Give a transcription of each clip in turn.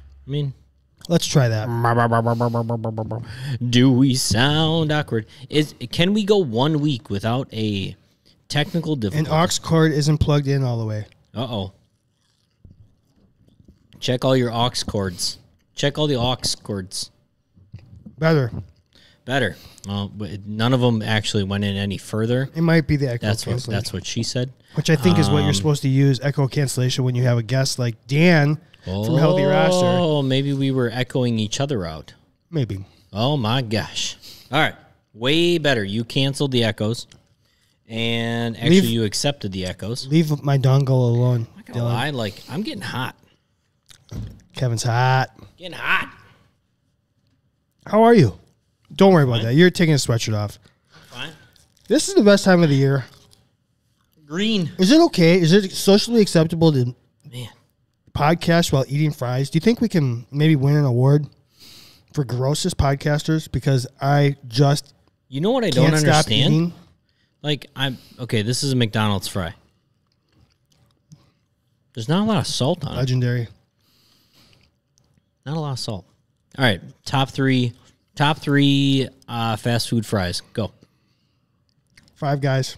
I mean, Let's try that. do we sound awkward? Is can we go one week without a technical An difficulty? aux cord isn't plugged in all the way. Uh oh. Check all your aux cords. Check all the aux cords. Better. Better. Well, but none of them actually went in any further. It might be the echo That's what cancellation, that's Um, what she said. which I think is what you're supposed to use echo cancellation when you have a guest like Dan from Healthy Roster. Oh, maybe we were echoing each other out. Maybe. Oh my gosh. All right. Way better. You canceled the echoes. And actually Leave- you accepted the echoes. Leave my dongle alone, Oh, Dylan. I like I'm getting hot. Kevin's hot. Getting hot. How are you? Don't worry about that. You're taking a sweatshirt off. Fine. This is the best time of the year. Green. Is it okay? Is it socially acceptable to Man. podcast while eating fries? Do you think we can maybe win an award for grossest podcasters? Because I just You know what I can't don't stop understand? eating. Like I'm okay, this is a McDonald's fry. There's not a lot of salt on it. Legendary. Not a lot of salt. All right. Top three top three uh, fast food fries. Go. Five guys.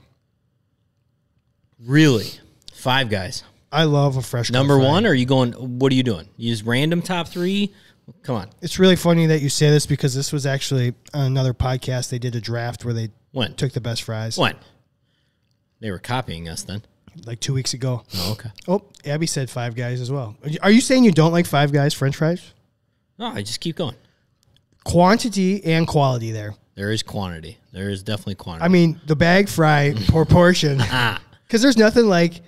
Really? Five guys. I love a fresh cut Number fry. one, or are you going? What are you doing? You just random top three? Come on. It's really funny that you say this because this was actually on another podcast. They did a draft where they When? took the best fries When? They were copying us then. like two weeks ago. Oh, okay. Oh, Abby said Five Guys as well. Are you- Are you saying you don't like Five Guys French fries? No, Oh, I just keep going. Quantity and quality there. There is quantity. There is definitely quantity. I mean, the bag fry proportion. Ah. Because there's nothing like,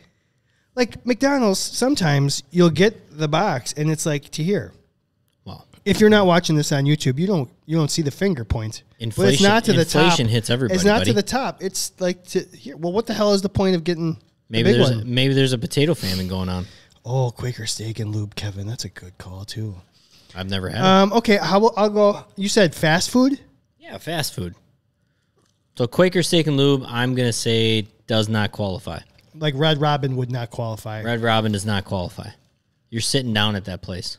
like McDonald's. Sometimes you'll get the box and it's like to here. well, If you're not watching this on YouTube, you don't you don't see the finger point. but it's Inflation- not to the top. inflation hits everybody, It's not buddy. to the top. It's like to here. Well, what the hell is the point of getting maybe the big there's one? maybe there's a potato famine going on. oh, Quaker steak and lube, Kevin. That's a good call too. I've never had. it. Um, okay, how about I'll go. You said fast food. Yeah, fast food. So Quaker Steak and Lube, I'm gonna say does not qualify. Like Red Robin would not qualify. Red Robin does not qualify. You're sitting down at that place.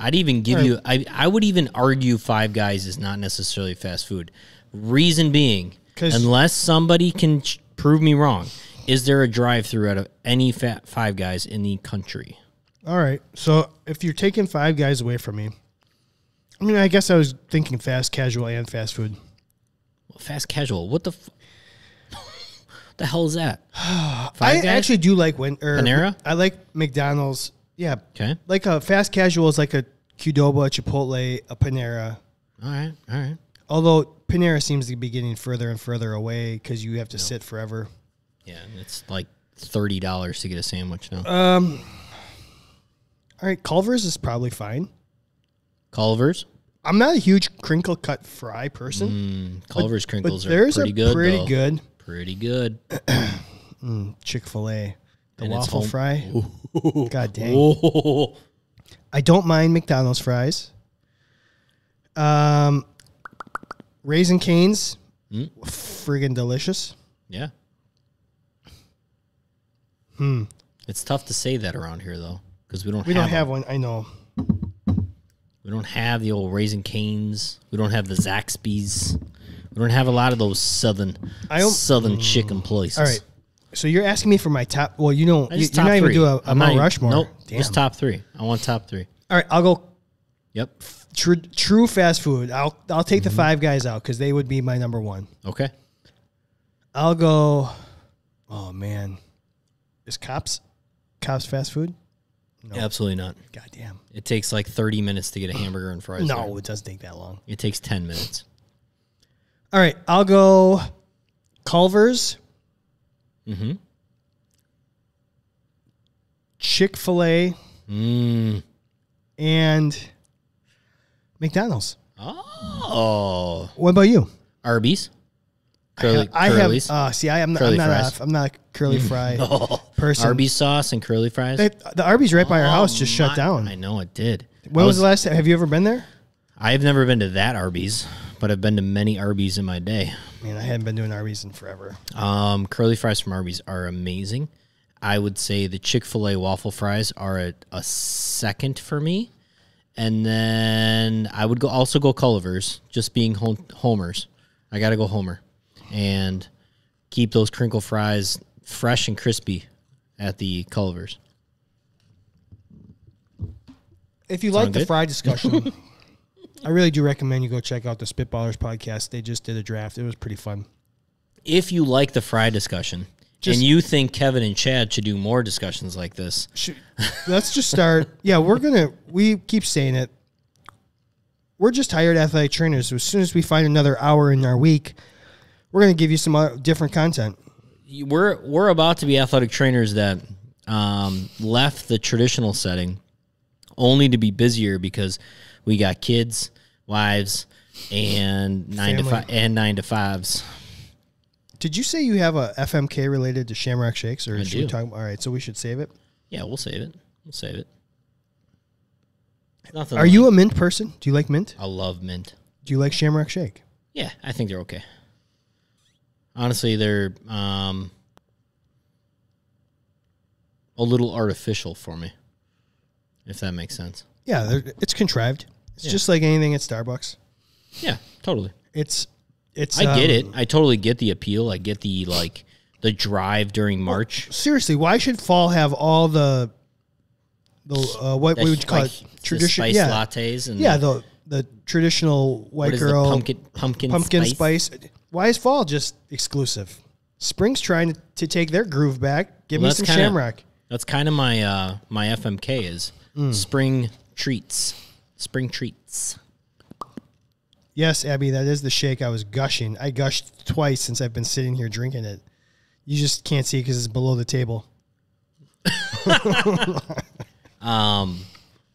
I'd even give you I, I would even argue five guys is not necessarily fast food. Reason being, 'Cause- unless somebody can ch- prove me wrong, is there a drive through out of any fat five guys in the country? All right. So if you're taking five guys away from me, I mean, I guess I was thinking fast casual and fast food. Fast casual. What the f- The hell is that? I Five guys? actually do like when or Panera? I like McDonald's. Yeah. Okay. Like a fast casual is like a Qdoba, a Chipotle, a Panera. All right. All right. Although Panera seems to be getting further and further away because you have to sit forever. Yeah, it's like $30 to get a sandwich now. All right, Culver's is probably fine. Culver's? I'm not a huge crinkle cut fry person, Culver's but crinkles Mm, are there's pretty a good. pretty though. good Pretty good. Chick fil A. The And it's waffle home- fry. God dang. Oh, I don't mind McDonald's fries. Um, raisin canes, Mm. friggin' delicious. yeah. Hmm. It's tough to say that around here though, because we don't. Hmm. We have don't 'em. have one. I know. We don't have the old raisin canes. We don't have the Zaxby's. We don't have a lot of those southern I don't- Hmm. southern chicken places. All right. So you're asking me for my top. Well, you don't. I You, just you're top not even three. do a, a I'm not Mount even- Rushmore. Nope. Damn. Just top three. I want top three. All right. I'll go Yep. tr- true fast food. I'll I'll take Mm-hmm. the Five Guys out because they would be my number one. Okay. I'll go. Oh man, is cops cops fast food? Absolutely not. Goddamn. It takes like 30 minutes to get a hamburger and fries. there. No, it doesn't take that long. It takes 10 minutes. All right, I'll go Culver's, Mm-hmm. Chick fil A, Mm. and McDonald's. Oh. What about you? Arby's. Curly, I have. Curly's. Uh, see, I am not. Curly I'm not, fries. a, I'm not a curly fry. Oh, person. Arby's sauce and curly fries. They- the Arby's right by our house just My- shut down. I know it did. when I was, the last time? Have you ever been there? I've never been to that Arby's, but I've been to many Arby's in my day. Man, I haven't been to an Arby's in forever. Um, curly fries from Arby's are amazing. I would say the Chick Fil A waffle fries are a, a second for me. and then I would go also go Culver's, just being hom- homers. I got to go Homer, and keep those crinkle fries fresh and crispy at the Culver's. If you like Sound the good? fry discussion, I really do recommend you go check out the Spitballers podcast. They just did a draft. It was pretty fun. If you like the fry discussion, Just- and you think Kevin and Chad should do more discussions like this, Should, let's just start. Yeah, we're gonna. We keep saying it. We're just hired athletic trainers. So as soon as we find another hour in our week, we're gonna give you some other, different content. you- we're we're about to be athletic trainers that um, left the traditional setting only to be busier because we got kids, wives, and nine to Family. five and nine to fives. Did you say you have a FMK related to Shamrock Shakes, or should we do. talk? All right, so we should save it. Yeah, we'll save it. We'll save it. Nothing. Are you a mint person? Do you like mint? I love mint. Do you like Shamrock Shake? Yeah, I think they're okay. Honestly, they're um, a little artificial for me, if that makes sense. Yeah, they're- it's contrived. It's just like anything at Starbucks. Yeah, totally. It's it's. I get um, it. I totally get the appeal. I get the like the drive during March. seriously, why should fall have all the the uh, what, what would you call like, it? the Tradition, spice yeah, lattes and yeah, the the traditional what white is the girl pumpkin pumpkin pumpkin spice. Why is fall just exclusive? Spring's trying to, to take their groove back. Give Well, me that's some kinda- shamrock. That's kind of my uh, my FMK is Mm. spring treats, spring treats. Yes, Abby, that is the shake I was gushing. I gushed twice since I've been sitting here drinking it. You just can't see because it's below the table. um,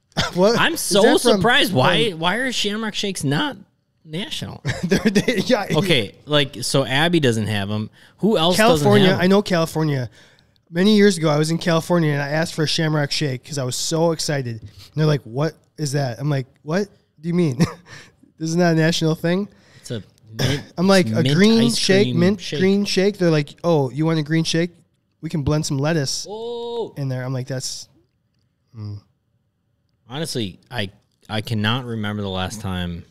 what? I'm Is so that from- surprised. Why why are Shamrock Shakes not national? They're- they- yeah, okay, like so Abby doesn't have them. Who else? California. Doesn't I have 'em? know California. Many years ago, I was in California and I asked for a Shamrock Shake because I was so excited. And they're like, "What is that?" I'm like, "What do you mean? this is not a national thing." It's a mint, I'm like, it's "A mint green ice shake, cream mint green shake." They're like, "Oh, you want a green shake? We can blend some lettuce Oh, in there." I'm like, "That's honestly, I I cannot remember the last time.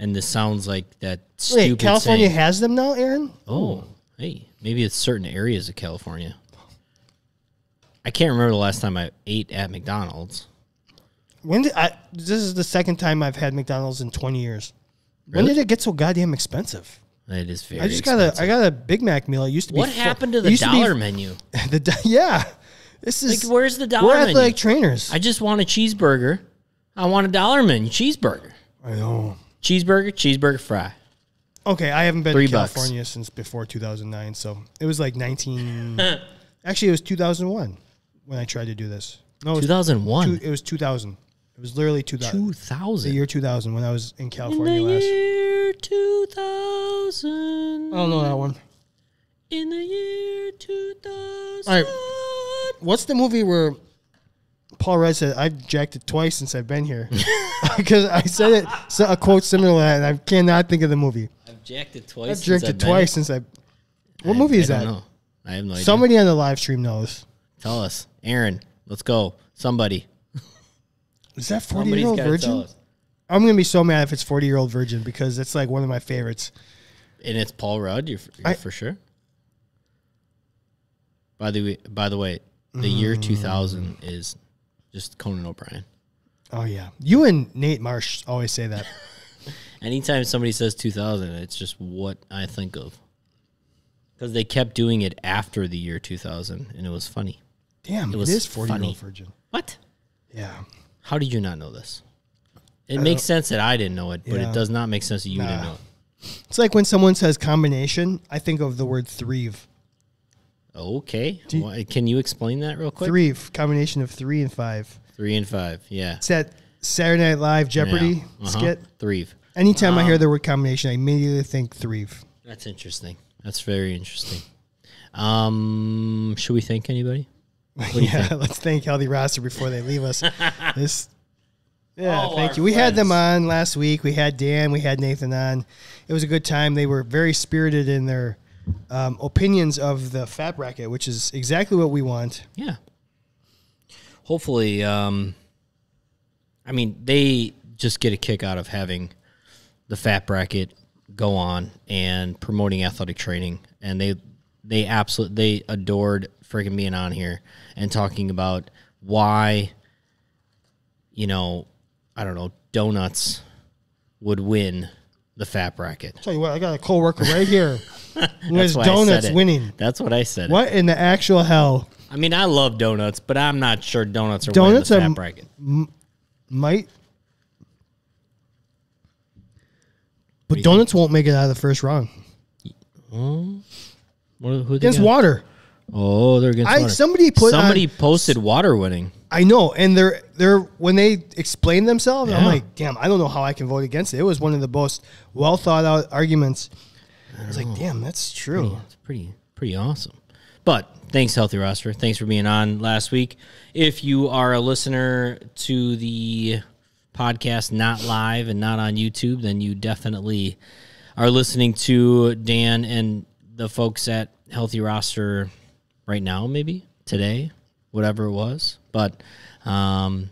And this sounds like that stupid wait, California saying. has them now, Aaron." Oh, hey, maybe it's certain areas of California. I can't remember the last time I ate at McDonald's. When did I? This is the second time I've had McDonald's in 20 years. When Really? did it get so goddamn expensive? It is very. I just got a I got a Big Mac meal. It used to be What fu- happened to it the used be dollar menu? The do- yeah, this is Like, where's the dollar we're menu? athletic trainers. I just want a cheeseburger. I want a dollar menu cheeseburger. I know. Cheeseburger, cheeseburger fry. Okay, I haven't been Three to bucks. California since before 2009, so it was like 19. actually, it was 2001 when I tried to do this. No, it was, 2001. two, it was 2000. It was literally 2000, the 2000. year 2000 when I was in In California the last. Oh, year 2000. I don't know that one. In the year 2000. All What's the movie where Paul Rudd said I've jacked it twice since I've been here? Because I said it so- a quote similar to that, and I cannot think of the movie. I've jacked it twice. I've since jerked it been- twice since I. What movie I is don't that? know. I have no idea. Somebody on the live stream knows. Tell us. Aaron, let's go. Somebody. Is that 40 Somebody's year old got to tell virgin? us. I'm going to be so mad if it's 40 year old virgin because it's like one of my favorites. And it's Paul Rudd, you're, f- you're I- for sure. By the way, by the way, the year Mm. 2000 is just Conan O'Brien. Oh, yeah. You and Nate Marsh always say that. Anytime somebody says 2000, it's just what I think of. Because they kept doing it after the year 2000, and it was funny. Damn, was it is 40 year funny. old virgin. What? Yeah. How did you not know this? It makes sense that I didn't know it, but Yeah. it does not make sense that you didn't Nah. know it. It's like when someone says combination, I think of the word threeve. Okay. Why- can you explain that real quick? Threeve, combination of three and five. Three and five. Yeah. It's that Saturday Night Live Jeopardy Yeah. Uh-huh. skit. Three. Anytime I hear the word combination, I immediately think threeve. That's interesting. That's very interesting. Um, should we thank anybody? yeah, let's thank Healthy Roster before they leave us. this, yeah, All thank our you. We had them friends. on last week. We had Dan. We had Nathan on. It was a good time. They were very spirited in their um, opinions of the Fat Bracket, which is exactly what we want. Yeah. Hopefully, um, I mean, they just get a kick out of having the fat bracket go on and promoting athletic training, and they they absolutely they adored freaking being on here and talking about why you know I don't know donuts would win the fat bracket. Tell you what, I got a coworker right here who has That's why I said donuts it. winning. That's what I said. What in the actual hell? I mean, I love donuts, but I'm not sure donuts are Donuts winning are the fat m- bracket. Might. But donuts won't make it out of the first round. What, who they Against got? water. Oh, they're against I- water. somebody put uh, on- somebody posted water winning. I know, and they're they're when they explain themselves, I'm Yeah. like, damn, I don't know how I can vote against it. It was one of the most well thought out arguments. I was like, damn, that's true. It's pretty pretty awesome. But thanks, Healthy Roster. Thanks for being on last week. If you are a listener to the podcast not live and not on YouTube, then you definitely are listening to Dan and the folks at Healthy Roster right now, maybe today, whatever it was. But um,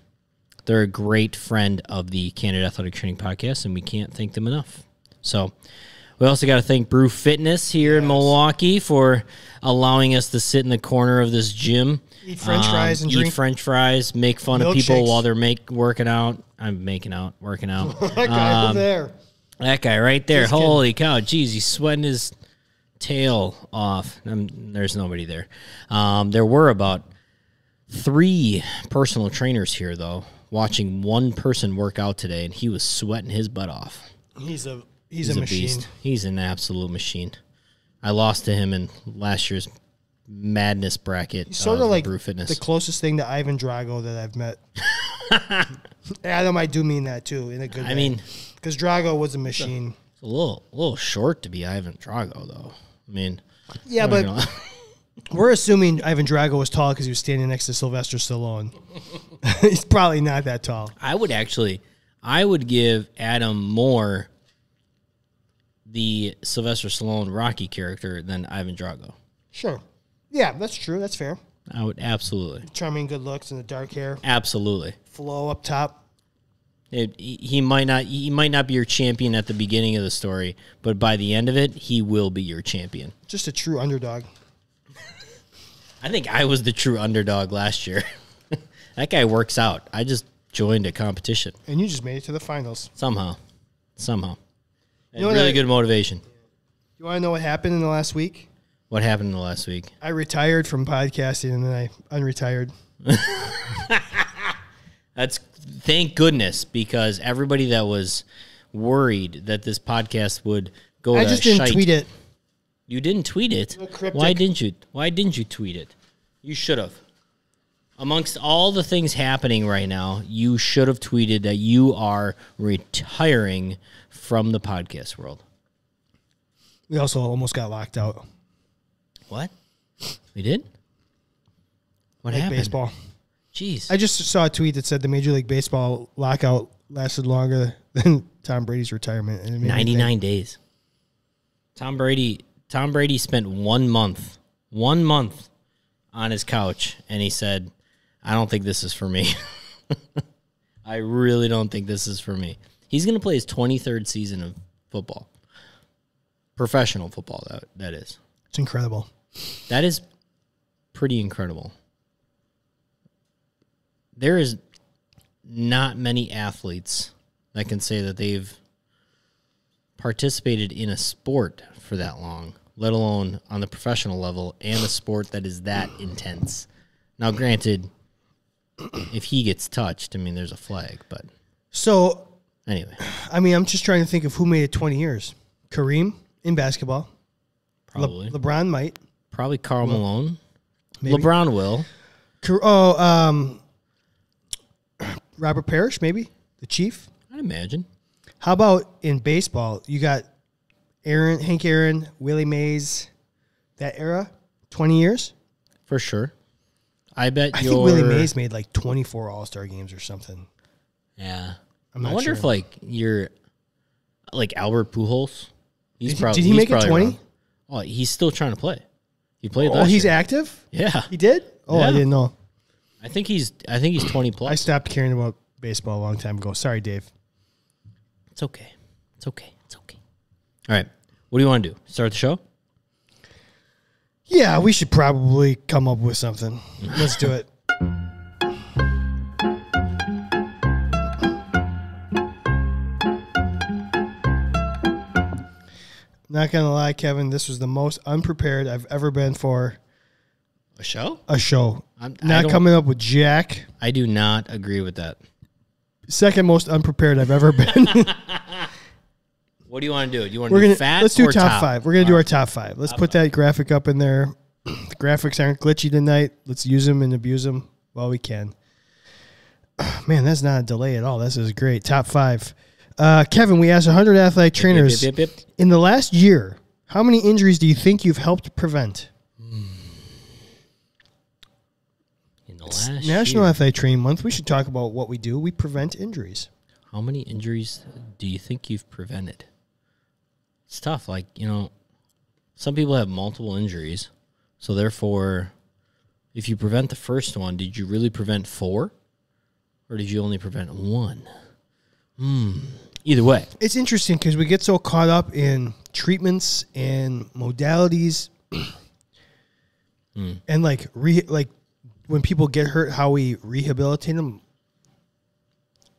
they're a great friend of the Candid Athletic Training Podcast, and we can't thank them enough. So, we also got to thank Brew Fitness here in Milwaukee for allowing us to sit in the corner of this gym, Um, Eat french fries and eat drink- French fries, make fun of people Milkshakes. while they're make working out. I'm making out, working out. That guy over there. That guy right there. kidding. Holy cow. Jeez, he's sweating his tail off. Um, there's nobody there. Um, there were about three personal trainers here, though, watching one person work out today, and he was sweating his butt off. He's a he's, He's a, a, machine. beast. He's an absolute machine. I lost to him in last year's madness bracket. uh, Sort of like Brew Fitness. the closest thing to Ivan Drago that I've met. Adam, I do mean that too in a good. I mean, because Drago was a machine. it's a little, a little short to be Ivan Drago, though. I mean, Yeah, I'm not but gonna- We're assuming Ivan Drago was tall because he was standing next to Sylvester Stallone. He's probably not that tall. I would actually, I would give Adam more the Sylvester Stallone Rocky character than Ivan Drago. Sure. Yeah, that's true. That's fair. I would absolutely, Charming, good looks, and the dark hair, absolutely. flow up top. It, he he might not, he might not be your champion at the beginning of the story, but by the end of it, he will be your champion. Just a true underdog. I think I was the true underdog last year. that guy works out. I just joined a competition And you just made it to the finals. somehow, somehow. And know what really I- good motivation. You want to know what happened in the last week? What happened in the last week? I retired from podcasting and then I unretired. That's thank goodness because everybody that was worried that this podcast would go. I to just didn't Oh, shite- tweet it. You didn't tweet it. cryptic. Why didn't you? Why didn't you tweet it? You should have. Amongst all the things happening right now, you should have tweeted that you are retiring from the podcast world. We also almost got locked out. What? We did? What Like happened? baseball. Jeez. I just saw a tweet that said the Major League Baseball lockout lasted longer than Tom Brady's retirement. And it made me think- 99 days. Tom Brady Tom Brady spent 1 month, 1 month on his couch and he said, "I don't think this is for me. I really don't think this is for me." He's going to play his 23rd season of football. Professional football that that is. It's incredible. That is pretty incredible. There is not many athletes that can say that they've participated in a sport for that long, let alone on the professional level and a sport that is that intense. Now, granted, if he gets touched, I mean, there's a flag, but So anyway, I mean, I'm just trying to think of who made it 20 years. Kareem in basketball. Le- probably. LeBron might. probably Carl Malone. maybe. LeBron will. Kar- oh, um, Robert Parrish, maybe the Chief. I'd imagine. How about in baseball? You got Aaron, Hank Aaron, Willie Mays, that era, 20 years. For sure. I bet I your think Willie Mays made like 24 All Star games or something. Yeah. I'm I not wonder sure. if like you're like Albert Pujols. He's Did he- probably did he he's make it probably 20? around- Oh, he's still trying to play. He played Oh, last he's year. active. yeah. He did. Oh, I Yeah. didn't know. I think he's I think he's twenty I plus. stopped caring about baseball a long time ago. Sorry, Dave. It's okay. It's okay. It's okay. All right. What do you want to do? Start the show? Yeah, we should probably come up with something. Let's do it. Not gonna lie, Kevin, this was the most unprepared I've ever been for A show? a show. I'm- I Not don't- coming up with Jack. I do not agree with that. Second most unprepared I've ever been. What do you want to do? Do you want We're to do gonna fat let's do or top, five. We're gonna do our top five. Let's put that graphic up in there. the graphics aren't glitchy tonight. Let's use them and abuse them while we can. Man, that's not a delay at all. This is great. Top five. Uh, Kevin, we asked 100 athletic Yep, trainers yep, yep, yep. in the last year. How many injuries do you think you've helped prevent? In the last National year, Athletic Training Month. We should talk about what we do. We prevent injuries. how many injuries do you think you've prevented? It's tough. Like, you know, some people have multiple injuries. So therefore, if you prevent the first one, did you really prevent four? Or did you only prevent one? Hmm. Either way. It's interesting because we get so caught up in treatments and modalities, Mm. and like re like when people get hurt, how we rehabilitate them.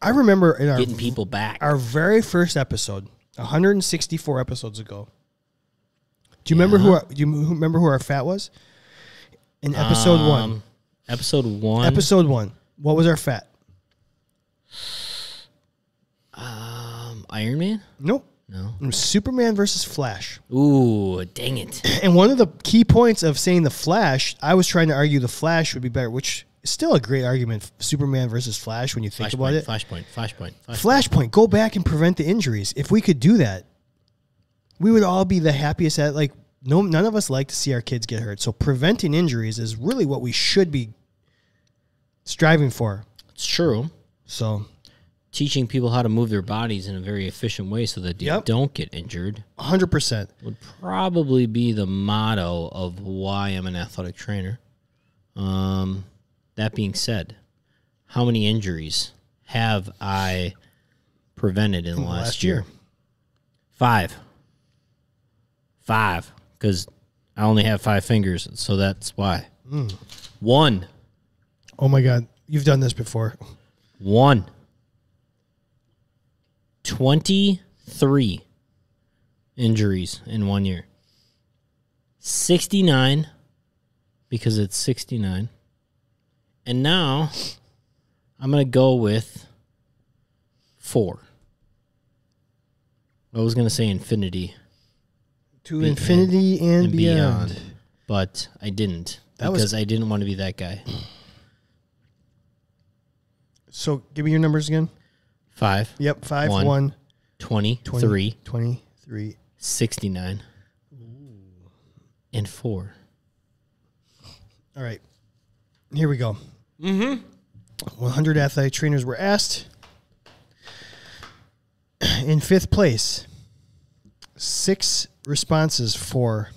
I remember in our Getting people back. our very first episode, 164 episodes ago. Do you remember who? Our, do you m- who- remember who our fat was? In episode one, Um, Episode one. episode one, what was our fat? um, Iron Man? Nope, No. it was Superman versus Flash. Ooh, dang it. And one of the key points of saying the Flash, I was trying to argue the Flash would be better, which is still a great argument. Superman versus Flash, when you think about Flashpoint, it. flashpoint, flashpoint, flashpoint. Flashpoint, go back and prevent the injuries. If we could do that, we would all be the happiest at like no none of us like to see our kids get hurt. So preventing injuries is really what we should be striving for. It's true. So Teaching people how to move their bodies in a very efficient way so that they Yep. don't get injured hundred percent. would probably be the motto of why I'm an athletic trainer. Um, that being said, how many injuries have I prevented in the last, last year? year. Five. Five, because I only have five fingers, so that's why. One, Oh my god. You've done this before. one, 23 injuries in one year. 69 because it's 69. And now I'm going to go with four. I was going to say infinity To infinity and, and beyond. beyond, but I didn't That was- because I didn't want to be that guy. So give me your numbers again. Five, Yep, five, One. one 20, 20, three, 23. 69 and 4 All right. Here we go. Mm-hmm. 100 athletic trainers were asked. In fifth place, six responses for,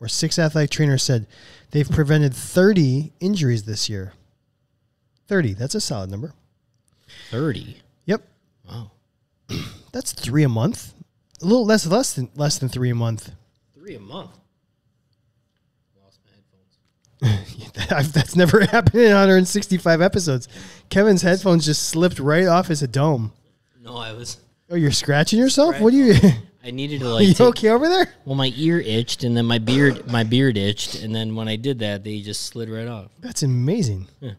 or six athletic trainers said they've prevented 30 injuries this year. 30. That's a solid number. 30 Yep. wow That's three a month. A little less, less than less than three a month. 3 a month lost my headphones I've- That's never happened in 165 episodes. Kevin's headphones just slipped right off his dome. no i was Oh, you're scratching yourself? What are you? i needed to you like take- okay over there? well my ear itched and then my beard my beard itched and then when i did that they just slid right off That's amazing. Yeah.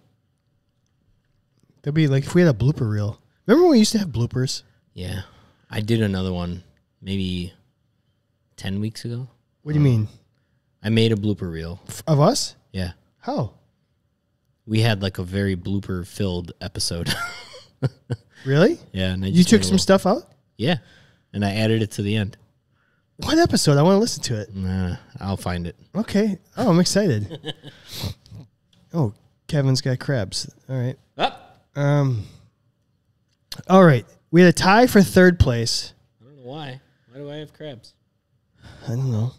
That'd be like if we had a blooper reel. Remember when we used to have bloopers? yeah i did another one maybe 10 weeks ago What do you mean? i made a blooper reel F- Of us? yeah How? we had like a very blooper filled episode Really? yeah and I You just made took a some little- stuff out? yeah and i added it to the end What episode? I want to listen to it. Nah, I'll find it. Okay. Oh, I'm excited. oh, Kevin's got crabs. All right. Up. Um. All right. We had a tie for third place. I don't know why. Why do I have crabs? I don't know.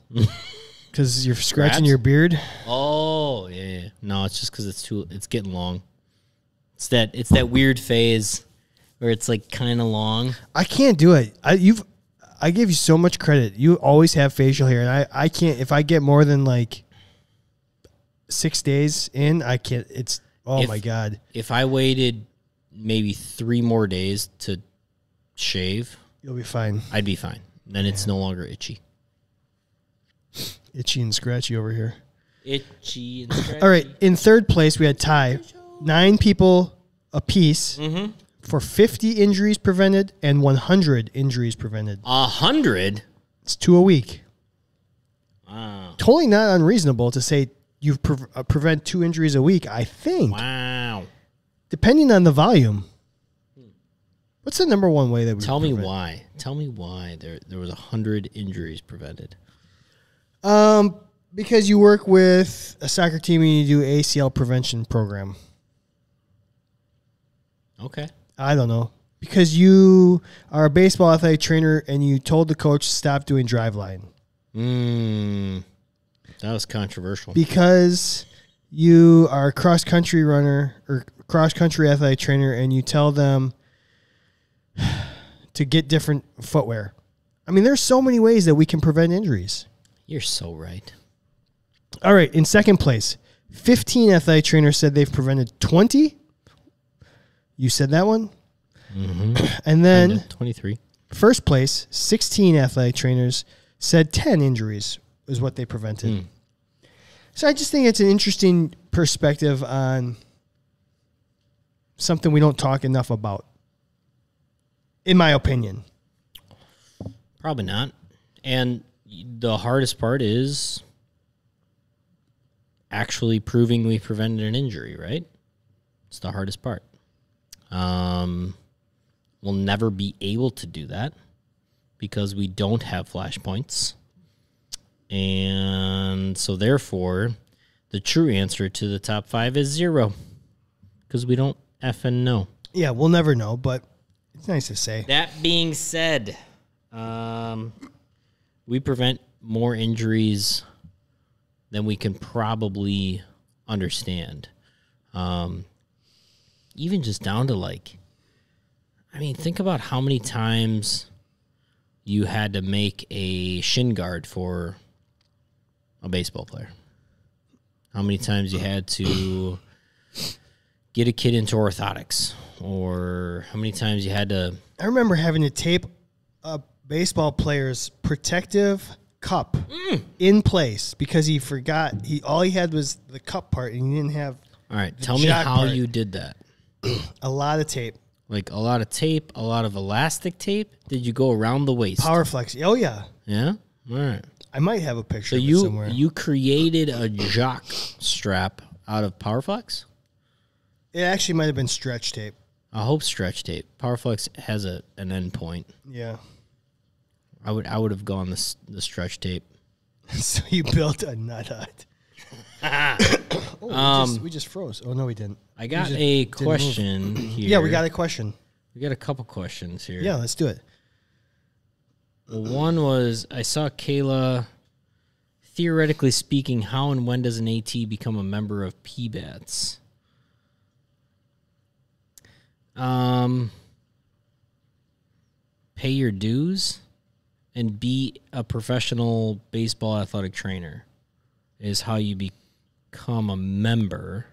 Because you're scratching Crabs? your beard. Oh yeah. yeah. No, it's just because it's too. It's getting long. It's that it's that weird phase where it's like kind of long. I can't do it. I you've I give you so much credit. You always have facial hair, and I I can't. If I get more than like six days in, I can't. It's oh If- my god. If I waited maybe three more days to shave, You'll be fine. I'd be fine. Then it's no longer itchy. Itchy and scratchy over here. Itchy. And All right. In third place, we had Ty. Nine people apiece for 50 injuries prevented and 100 injuries prevented. A hundred. Ah, It's two a week. Wow. Totally not unreasonable to say you pre- uh, prevent two injuries a week, I think, Wow. depending on the volume. What's the number one way that we Tell me prevent? why. Tell me why there there was a hundred injuries prevented. Um, because you work with a soccer team and you do ACL prevention program. Okay. I don't know. Because you are a baseball athletic trainer and you told the coach stop doing drive line. Mm, that was controversial. Because you are a cross country runner or cross country athletic trainer and you tell them to get different footwear. I mean, there's so many ways that we can prevent injuries. You're so right. All right, in second place, 15 athletic trainers said they've prevented 20. You said that one. And then Twenty three. First place, 16 athletic trainers said 10 injuries is what they prevented. So I just think it's an interesting perspective on something we don't talk enough about, in my opinion. Probably not. And the hardest part is actually proving we prevented an injury, right? It's the hardest part. Um, we'll never be able to do that because we don't have flashpoints. And so, therefore, the true answer to the top five is zero because we don't effing know. Yeah, we'll never know, but it's nice to say. That being said, um, we prevent more injuries than we can probably understand. Um, even just down to like, I mean, think about how many times you had to make a shin guard for a baseball player. How many times you had to get a kid into orthotics, or how many times you had to I remember having to tape a baseball player's protective cup in place because he forgot he all he had was the cup part and he didn't have All right, tell me jock how part. you did that. a lot of tape. Like a lot of tape, a lot of elastic tape. Did you go around the waist? Power flex. Oh yeah. Yeah. All right. I might have a picture So of it you somewhere. you created a jock strap out of Powerflex. It actually might have been stretch tape. I hope stretch tape. Powerflex has a an end point. Yeah. I would I would have gone the s- the stretch tape. so you built a nut hut. oh, we, just, we just froze. Oh no, we didn't. Um, I got just a didn't move. question here. Yeah, we got a question. we got a couple questions here. Yeah, let's do it. Well, one was I saw Kayla. Theoretically speaking, how and when does an AT become a member of PBATS? Um, pay your dues and be a professional baseball athletic trainer is how you become a member.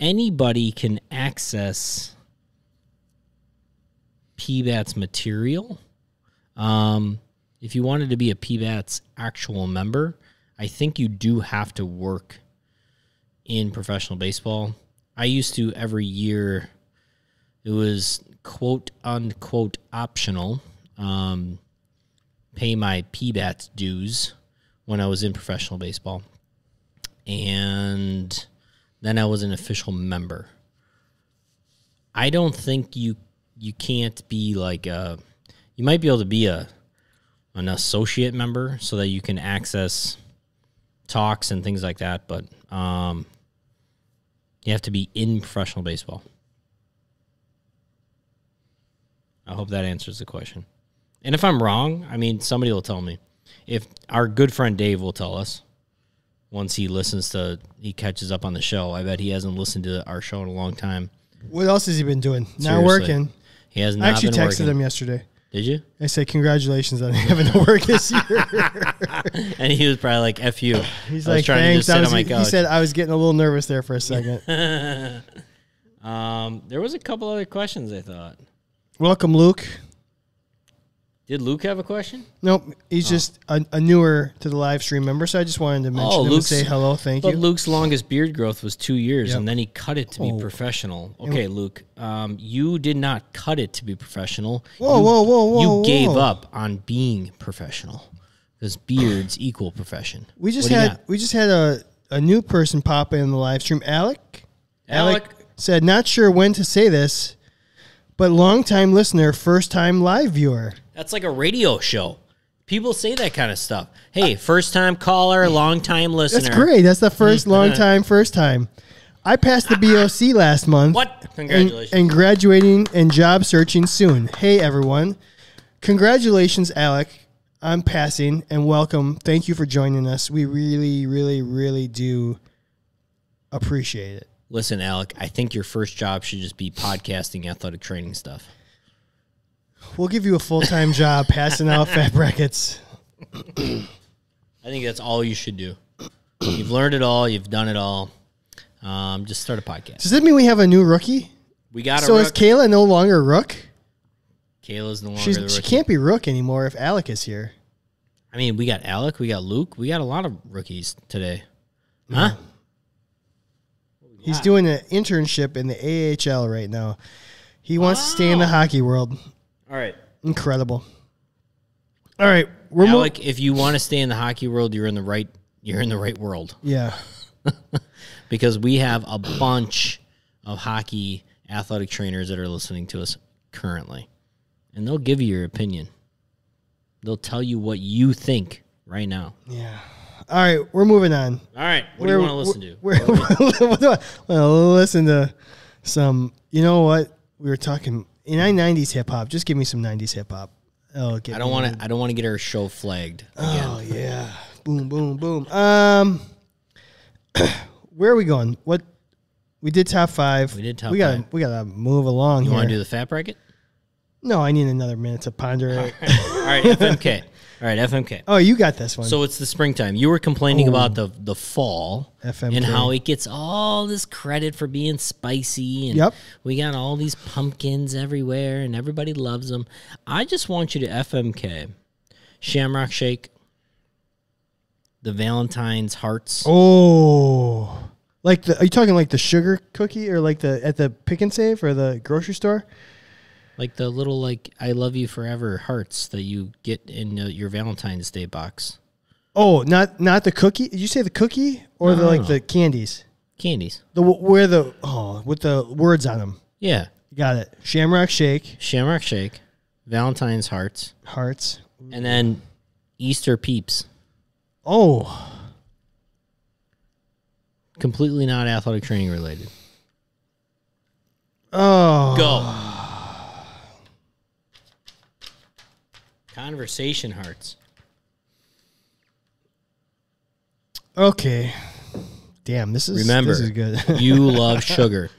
Anybody can access PBATS material. Um, if you wanted to be a PBATS actual member, I think you do have to work in professional baseball. I used to every year, it was quote unquote optional, um, pay my PBATS dues when I was in professional baseball. And then I was an official member. I don't think you you can't be like a you might be able to be a an associate member so that you can access talks and things like that, but um, you have to be in professional baseball. I hope that answers the question. And if I'm wrong, I mean somebody will tell me. If our good friend Dave will tell us once he listens to he catches up on the show. I bet he hasn't listened to our show in a long time. What else has he been doing? Not Seriously. working. He has I not actually been texted working. him yesterday. Did you? I said, "Congratulations on having to work this year." And he was probably like, "F you." He's I was like, trying "Thanks." to I just sit was, on my he couch. said, "I was getting a little nervous there for a second. um, there was a couple other questions I thought. Welcome, Luke. Did Luke have a question? Nope, Oh. he's just a, a newer to the live stream member, so I just wanted to mention Oh, him Luke's- and say hello. Thank But you. Luke's longest beard growth was two years, Yep. Oh. and then he cut it to be professional. Okay, Luke, um, you did not cut it to be professional. Whoa, you, whoa, whoa, whoa, You whoa. gave up on being professional because beards equal profession. we just What do you had got? we just had a, a new person pop in the live stream. Alec. Alec. said, "Not sure when to say this, but longtime listener, first time live viewer." That's like a radio show. People say that kind of stuff. Hey, first time caller, long time listener. That's great. That's the first long time, first time. I passed the BOC last month. What? and- Congratulations. And, graduating and job searching soon. Hey, everyone. Congratulations, Alec. I'm passing and welcome. Thank you for joining us. We really, really, really do appreciate it. Listen, Alec, I think your first job should just be podcasting athletic training stuff. We'll give you a full time job passing out fat brackets. I think that's all you should do. You've learned it all. You've done it all. Um, just start a podcast. Does that mean we have a new rookie? We got So a is rook. Kayla no longer a rook? Kayla's no longer She's, the rookie. she can't be rook anymore if Alec is here. I mean, we got Alec. We got Luke. We got a lot of rookies today. Huh? He's doing an internship in the AHL right now. He wants to stay in the hockey world. All right. Incredible. All right, we're mo- Alec, if you want to stay in the hockey world, you're in the right. You're in the right world yeah. because we have a bunch of hockey athletic trainers that are listening to us currently, and they'll give you your opinion. They'll tell you what you think right now. Yeah. All right, we're moving on. All right. What We're- do you want to listen to? We're, we're, well, listen to some. You know what? We were talking in '90s hip hop. Just give me some '90s hip hop. Oh, I don't want to. I don't want to get our show flagged again. Oh yeah. Boom, boom, boom. Um, where are we going? What? We did top five. We did top we gotta, five. We gotta move along you here. want to do the fat bracket? No, I need another minute to ponder it. All right, FMK. All right, FMK. Oh, you got this one. So it's the springtime. You were complaining about the the fall FMK. and how it gets all this credit for being spicy. And Yep. we got all these pumpkins everywhere, and everybody loves them. I just want you to FMK, Shamrock Shake, the Valentine's hearts. oh, like the are you talking like the sugar cookie or like the at the pick and save or the grocery store? Like the little like I love you forever hearts that you get in uh, your Valentine's Day box. Oh, not not the cookie. Did you say the cookie or the like the candies? Candies. The w- where the oh with the words on them. Yeah. Got it. Shamrock Shake Shamrock Shake, Valentine's hearts, hearts. and then Easter peeps. Oh, Completely not athletic training related. oh. Go. Conversation hearts. Okay. Damn, this is Remember, this is good. you love sugar.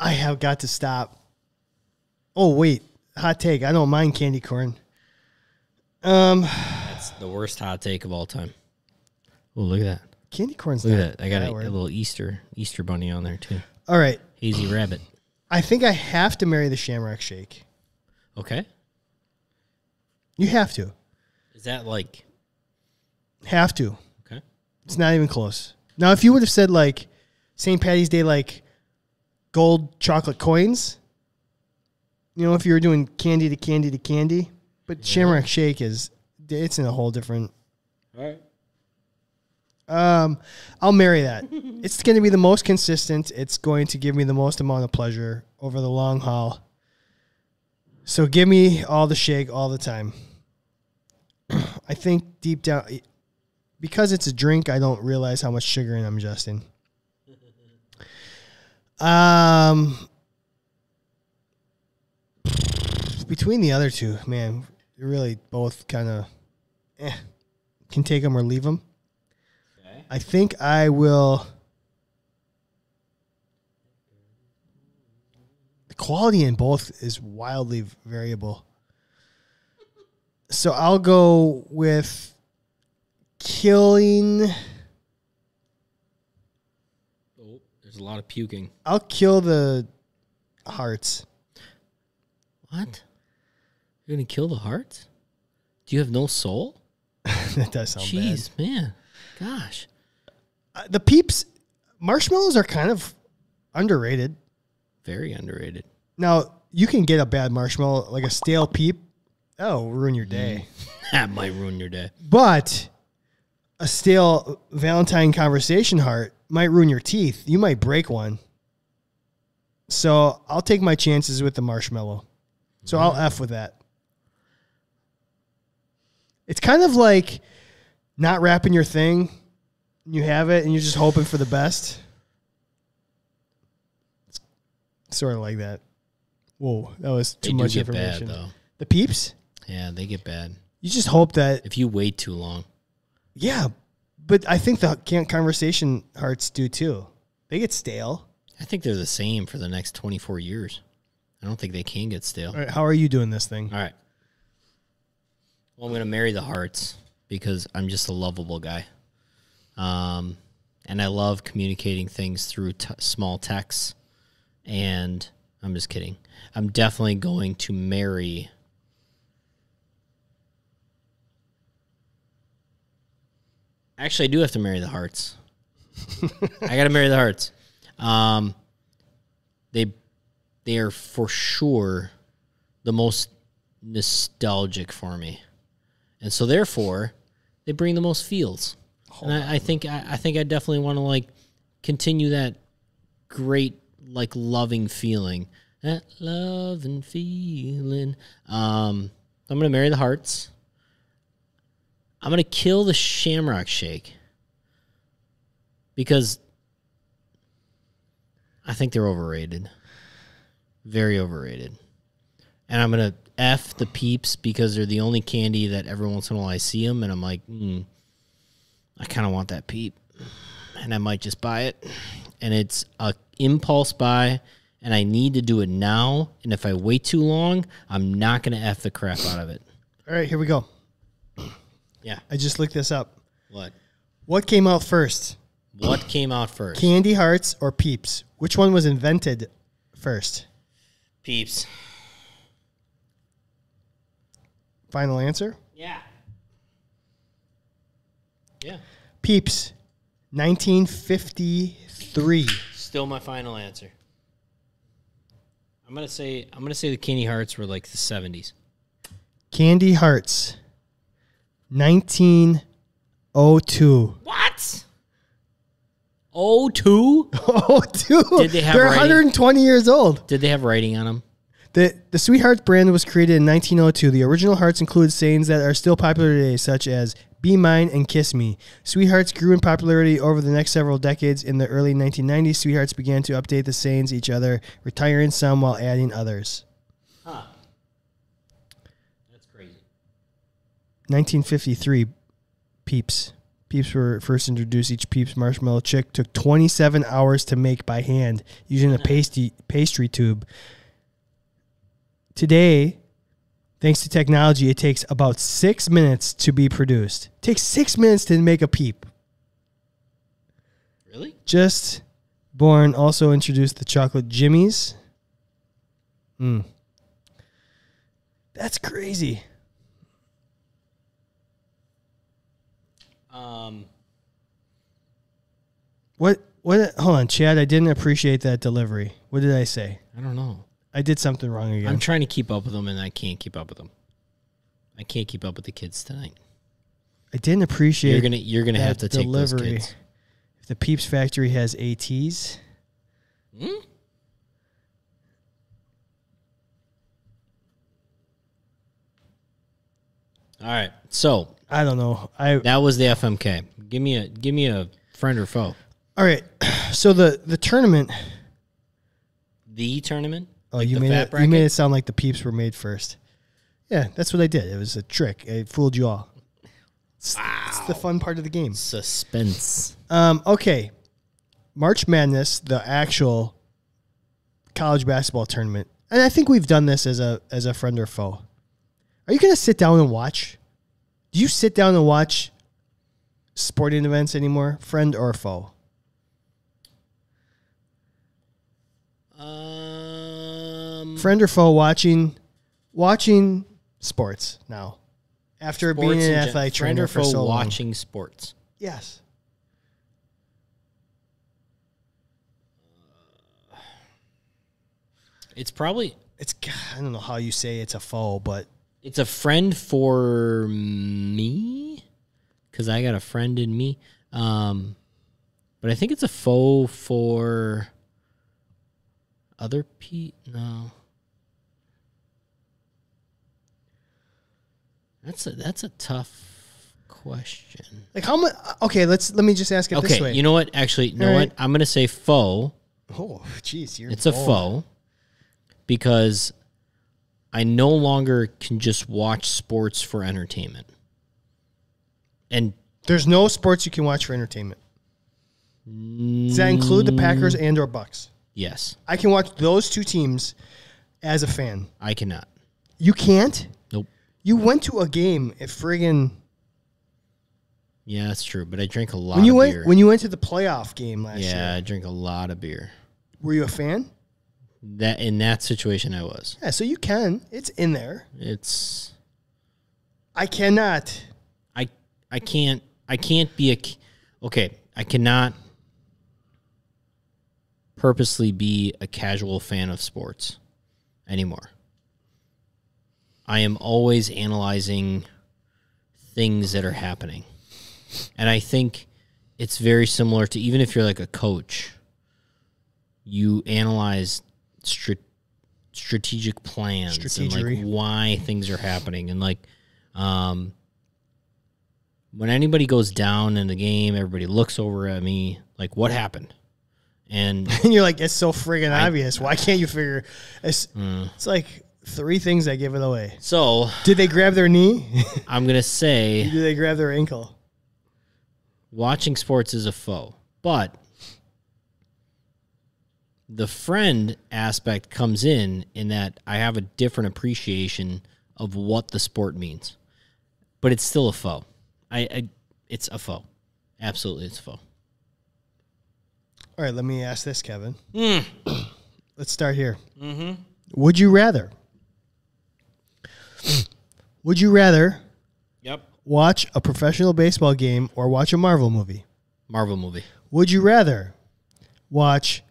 I have got to stop. Oh wait, hot take. I don't mind candy corn. Um, That's the worst hot take of all time. Oh, look at that. candy corn's Look not at that. I got that a, a word. little Easter Easter bunny on there too. All right, Hazy rabbit. I think I have to marry the Shamrock Shake. Okay. You have to, Is that like have to. okay? It's not even close. Now, if you would have said like St. Patty's Day, like gold chocolate coins, you know, if you were doing candy to candy to candy, but Shamrock Shake is it's in a whole different All right. Um, I'll marry that. it's going to be the most consistent. It's going to give me the most amount of pleasure over the long haul. So give me all the shake all the time. I think deep down, because it's a drink, I don't realize how much sugar in I'm ingesting. Um, between the other two, man, they're really both kind of eh, can take them or leave them. I think I will. quality in both is wildly variable. So I'll go with killing. Oh, there's a lot of puking. I'll kill the hearts. What? You're gonna kill the hearts? Do you have no soul? that does sound bad. Jeez, man. Gosh. Uh, the peeps marshmallows are kind of underrated. Very underrated. Now you can get a bad marshmallow, like a stale peep. Oh, ruin your day. That might ruin your day. But a stale Valentine conversation heart might ruin your teeth. You might break one. So I'll take my chances with the marshmallow. So I'll Mm-hmm. F with that. It's kind of like not wrapping your thing. You have it and you're just hoping for the best. Sort of like that. Whoa, that was They too do much get information. bad though. The peeps? Yeah, they get bad. You just hope that If you wait too long. Yeah, but I think the can- conversation hearts do too. They get stale. I think they're the same for the next 24 years. I don't think they can get stale. All right, how are you doing this thing? All right. Well, I'm going to marry the hearts because I'm just a lovable guy. Um, and I love communicating things through t- small texts. And I'm just kidding. I'm definitely going to marry. Actually, I do have to marry the hearts. I got to marry the hearts. Um, they they are for sure the most nostalgic for me, and so therefore they bring the most feels. and I, I think I, I think I definitely want to like continue that great like loving feeling, that love and feeling. Um, I'm gonna marry the hearts. I'm gonna kill the Shamrock Shake because I think they're overrated. Very overrated. And I'm gonna f the peeps because they're the only candy that every once in a while I see them, and I'm like, mm, I kind of want that peep, and I might just buy it. And it's a impulse buy, and I need to do it now. And if I wait too long, I'm not gonna f the crap out of it. All right, here we go. Yeah. I just looked this up. What? What came out first, What came out first? candy hearts or peeps? Which one was invented first? Peeps. Final answer. Yeah. Yeah. Peeps, 1953. Still my final answer. I'm gonna say I'm gonna say the candy hearts were like the 70s. Candy hearts, 1902. What? Oh two? Oh, dude, Did they have They're writing? 120 years old. Did they have writing on them? The, the Sweethearts brand was created in 1902. The original hearts include sayings that are still popular today, such as "Be mine" and "Kiss me." Sweethearts grew in popularity over the next several decades. In the early 1990s, Sweethearts began to update the sayings each other, retiring some while adding others. Huh. That's crazy. 1953, Peeps. Peeps were first introduced. Each Peeps marshmallow chick took 27 hours to make by hand using a pasty, pastry tube. Today, thanks to technology, it takes about six minutes to be produced. takes six minutes to make a peep. Really? Just Born also introduced the chocolate jimmies. Mm. That's crazy. Um What? What? Hold on, Chad. I didn't appreciate that delivery. What did I say? I don't know. I did something wrong again. I'm trying to keep up with them and I can't keep up with them. I can't keep up with the kids tonight. I didn't appreciate You're gonna you're gonna have to that take delivery. those kids. if the Peeps Factory has ATs. Hmm? All right. So I don't know. I that was the FMK. Give me a give me a friend or foe. all right. So the the tournament. The tournament. Oh, Like you the made fat it. You bracket? made it sound like the Peeps were made first. Yeah, that's what I did. It was a trick. I fooled you all. It's, it's the fun part of the game. suspense. Um, okay, March Madness, the actual college basketball tournament, and I think we've done this as a as a friend or foe. Are you going to sit down and watch? Do you sit down and watch sporting events anymore, friend or foe? Um, Friend or foe watching watching sports now after being sports in an gen- athletic friend trainer or for foe so long. watching sports. Yes. It's probably It's g- I don't know how you say it's a foe, but it's a friend for me because I got a friend in me. Um, but I think it's a foe for other Pete. No, that's a that's a tough question. like how much okay, let's let me just ask it this Okay, way. you know what? Actually, you know All what? right. I'm gonna say foe. oh, jeez, you're It's a foe bold. because I no longer can just watch sports for entertainment. And There's no sports you can watch for entertainment. Does that include the Packers Mm. and or Bucks? yes, I can watch those two teams as a fan. I cannot. You can't? Nope. You went to a game at friggin' Yeah, that's true. But I drink a lot when you of went beer. when you went to the playoff game last yeah, year. I drink a lot of beer. Were you a fan? That in that situation I was. Yeah, so you can. It's in there. It's I cannot. I I can't I can't be a c- okay. I cannot purposely be a casual fan of sports anymore. I am always analyzing things that are happening, and I think it's very similar to even if you're like a coach, you analyze strat- strategic plans and like Strategery. why things are happening and like um when anybody goes down in the game, everybody looks over at me like, "What happened?" And And you're like, it's so friggin' obvious. Why can't you figure it's Mm. it's like three things that give it away. so Did they grab their knee? I'm gonna say Did they grab their ankle? watching sports is a foe, but the friend aspect comes in in that I have a different appreciation of what the sport means, but it's still a foe. I, I it's a foe, absolutely, it's a foe. All right, let me ask this, Kevin. Let's start here. Mm-hmm. Would you rather? Would you rather Yep, watch a professional baseball game or watch a Marvel movie? Marvel movie, Would you rather watch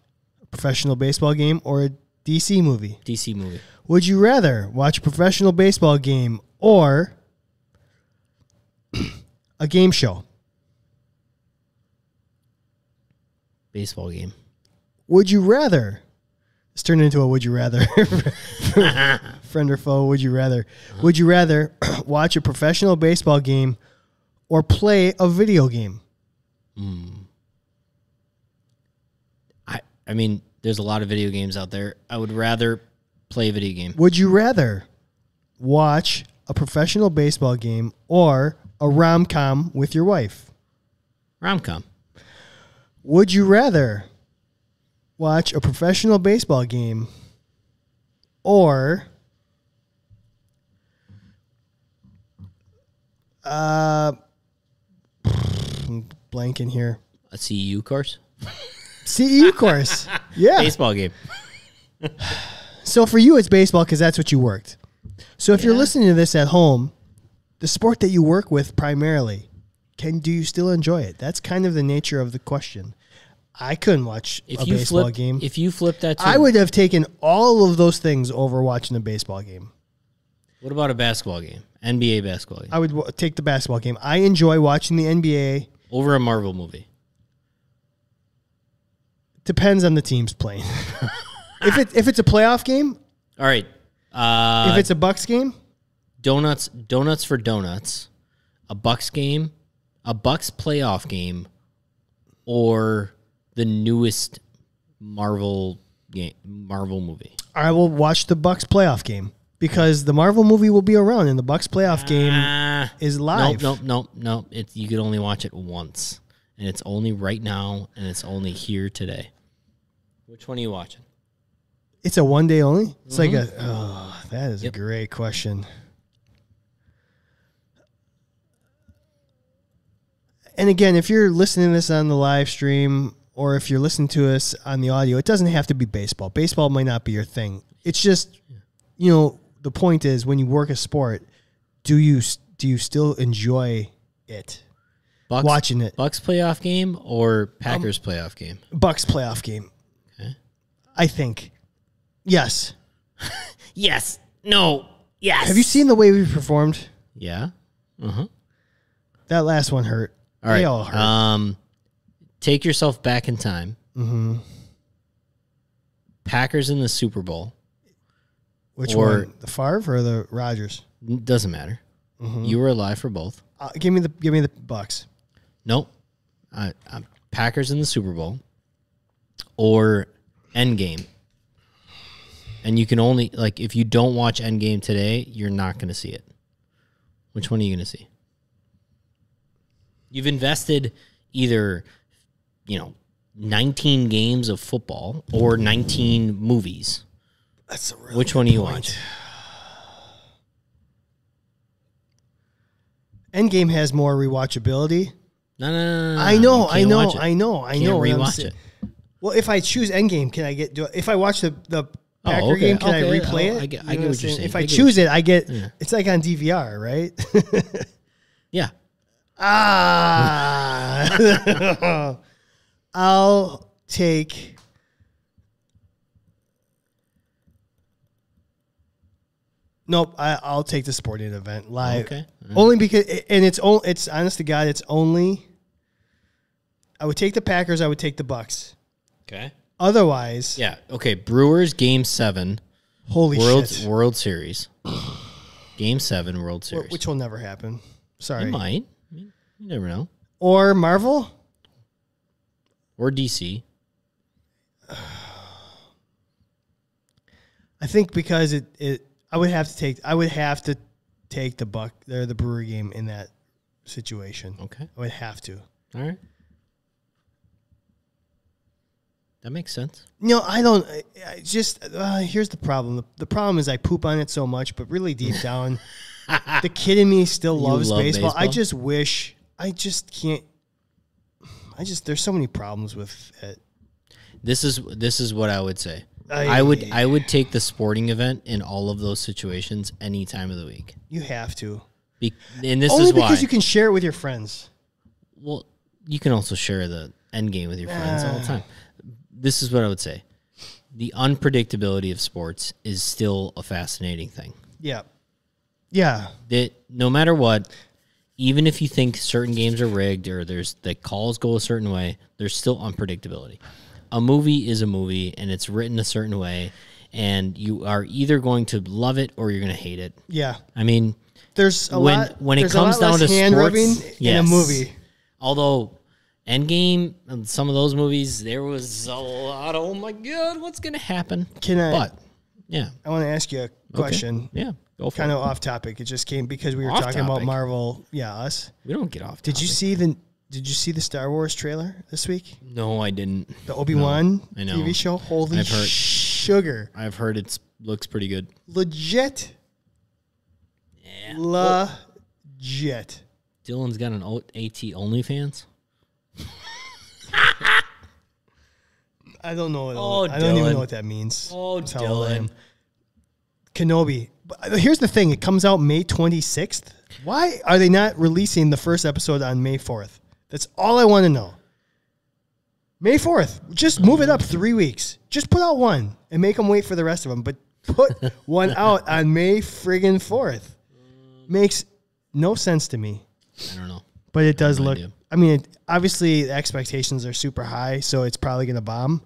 a professional baseball game or a DC movie? DC movie, Would you rather watch a professional baseball game or a game show? baseball game. Would you rather? It's turned into a would you rather. Friend or foe, would you rather? Would you rather watch a professional baseball game or play a video game? I I mean, there's a lot of video games out there. I would rather play a video game. Would you rather watch a professional baseball game or a rom com with your wife? Rom com. Would you rather watch a professional baseball game or uh I'm blanking here. A CEU course. CEU course. Yeah. Baseball game. So for you it's baseball cuz that's what you worked. So if you're Yeah. listening to this at home, the sport that you work with primarily, can do you still enjoy it? That's kind of the nature of the question. I couldn't watch If a you baseball flip game. if you flip that to I would have taken all of those things over watching a baseball game. what about a basketball game? NBA basketball game. I would w- take the basketball game. I enjoy watching the NBA. Over a Marvel movie. Depends on the teams playing. if it if it's a playoff game, All right. Uh, if it's a Bucks game, donuts donuts for donuts. A Bucks game, a Bucks playoff game, or the newest Marvel game Marvel movie. I will watch the Bucks playoff game because the Marvel movie will be around and the Bucks playoff game Ah. is Nope, live. nope, nope, nope. It's you could only watch it once, and it's only right now, and it's only here today. Which one are you watching? It's a one day only. It's like a. Oh, that is a great question. And again, if you're listening to this on the live stream or if you're listening to us on the audio, it doesn't have to be baseball. Baseball might not be your thing. It's just, you know, the point is when you work a sport, do you s- do you still enjoy it? Bucks, Watching it. Bucks playoff game or Packers playoff game? Bucks playoff game. I think. Yes. Yes. No. Yes. Have you seen the way we performed? Yeah. That last one hurt. All right. They all hurt. Um, take yourself back in time. Mm-hmm. Packers in the Super Bowl Which or- one? The Favre or the Rogers? N- doesn't matter. Mm-hmm. You were alive for both. Uh, give me the give me the Bucks. Nope. I, i Packers in the Super Bowl or Endgame. And you can only like if you don't watch Endgame today, you're not going to see it. Which one are you going to see? You've invested either you know 19 games of football or 19 movies. That's a really Which one do you watch? Endgame has more rewatchability. No, no, no, no, no. I no, know, Uh, you I can't know, watch it. I know, I Can't know. what I'm rewatch saying. it. Well, if I choose Endgame, can I get do if I watch the the Oh, Packer okay, game, can I okay. replay Oh, it? I get- You I get know I'm what you're saying. If I I get what choose it, I get it's like on DVR, right? Yeah. Ah, I'll take. Nope, I, I'll take the sporting event live. Okay. Only because, and it's only, it's honest to God, it's only. I would take the Packers. I would take the Bucks. Okay. Otherwise, Yeah. Okay, Brewers game 7. holy World shit, World Series. Game seven World Series. which will never happen. it Sorry. might. You never know. Or Marvel. Or DC. I think because it, it I would have to take I would have to take the buck or the brewer game in that situation. Okay. I would have to. All right. That makes sense. No, I don't. I, I just uh, here's the problem. The, the problem is I poop on it so much, but really deep down, the kid in me still loves love baseball. I baseball? just wish I just can't. I just there's so many problems with it. This is this is what I would say. I- I would I would take the sporting event in all of those situations any time of the week. You have to Be- and this only is why. because you can share it with your friends. well, you can also share the end game with your friends all the time. This is what I would say. The unpredictability of sports is still a fascinating thing. Yeah, yeah. that no matter what, even if you think certain games are rigged or there's the calls go a certain way, there's still unpredictability. A movie is a movie and it's written a certain way, and you are either going to love it or you're going to hate it. Yeah, I mean, There's a When- lot when it there's a comes lot down less to hand sports, rubbing in a yes. movie. although Endgame and some of those movies, there was a lot. Of, oh my god, what's going to happen? Can I? But yeah, I want to ask you a question, yeah, go for kind it. of off topic. It just came because we were Off talking about topic? Marvel. Yeah, us. We don't get off. Did you see the Did you see the Star Wars trailer this week? No, I didn't. The Obi Wan I know. TV show. Holy I've heard. sugar! I've heard it looks pretty good. Legit. Legit. Dylan's got an O- AT OnlyFans. I don't know. What Oh, I don't even Dylan. know what that means. Oh, That's how old I Dylan. am. Kenobi. But uh, here's the thing. It comes out May 26th. Why are they not releasing the first episode on May 4th? That's all I want to know. May 4th. Just move it up three weeks. Just put out one and make them wait for the rest of them. But put one out on May friggin' 4th. Makes no sense to me I don't know. but it does look. idea. I mean, it, obviously, the expectations are super high, so it's probably going to bomb.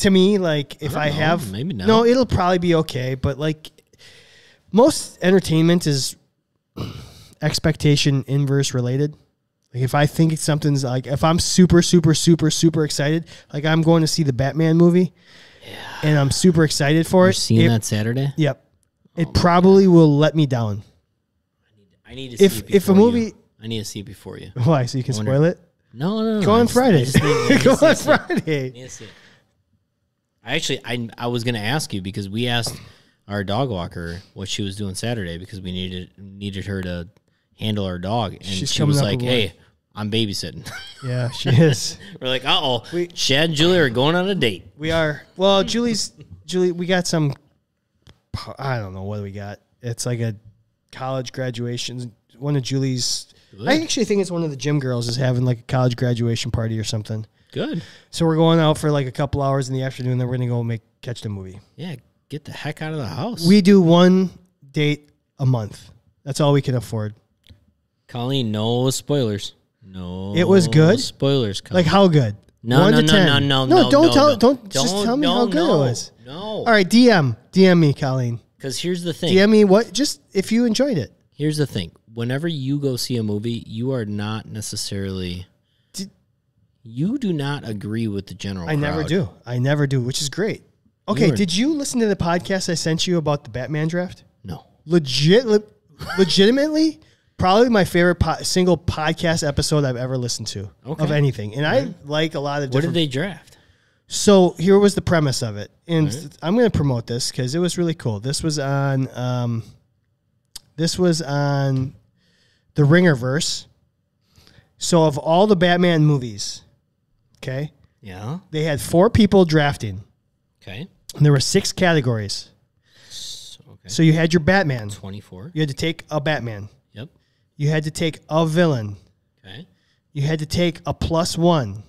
To me, like if don't I, know, have maybe not. no, it'll probably be okay. But like most entertainment is expectation inverse related. Like if I think it's something's like if I'm super super super super excited, like I'm going to see the Batman movie, and I'm super excited for You're it. seeing it- that Oh Saturday? Yep, it probably will let me down. I need to If- see it if a before movie- you. I need to see it before you. Why? So you can spoil it. No, no, no. Go I on just- I Friday. just need- I need to Go see on it. Friday. I need to see it. I actually I I was gonna ask you because we asked our dog walker what she was doing Saturday because we needed needed her to handle our dog and She's she coming was up like, with Hey, I'm babysitting. Yeah, she is. We're like, uh oh, We- Chad and Julie are going on a date. We are. Well, Julie's Julie. We got some. I don't know what we got. It's like a college graduation. One of Julie's. I actually think it's one of the gym girls is having like a college graduation party or something. Good. So we're going out for like a couple hours in the afternoon. Then we're gonna go make catch the movie. Yeah, get the heck out of the house. We do one date a month. That's all we can afford. Colleen, no spoilers. No. It was good? Spoilers. Colleen. Like how good? no, one no, to no, ten. no, no, no. no, don't no, tell. no. Don't just tell me how don't, good no, it was. No. All right, DM DM me, Colleen. Because here's the thing. DM me what? Just if you enjoyed it. Here's the thing. Whenever you go see a movie, you are not necessarily. Did- You do not agree with the general. I never crowd. do. I never do, which is great. Okay, You're- did you listen to the podcast I sent you about the Batman draft? No. Legit, le- legitimately, probably my favorite po- single podcast episode I've ever listened to of Okay. anything. And I like a lot of What different. did they draft? So here was the premise of it, and I'm going to promote this because it was really cool. This was on, um, this was on, the Ringerverse. So of all the Batman movies, okay, Yeah. they had four people drafting. Okay. And there were six categories. So, okay. So you had your Batman. Twenty-four. You had to take a Batman. Yep. You had to take a villain. Okay. You had to take a plus one.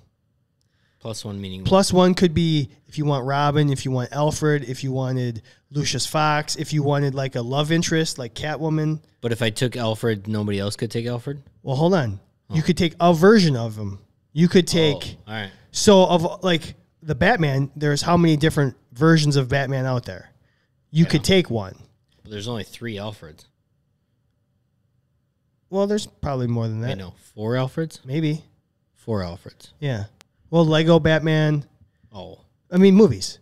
Plus one meaning. Plus one could be if you want Robin, if you want Alfred, if you wanted Lucius Fox, if you wanted like a love interest like Catwoman. But if I took Alfred, nobody else could take Alfred. Well, hold on. You could take a version of him. You could take Oh, all right. so of like the Batman. There's how many different versions of Batman out there? You could take one. But there's only three Alfreds. Well, there's probably more than I that. know four Alfreds. Maybe. Four Alfreds. Yeah. Well, Lego Batman. Oh. I mean, movies,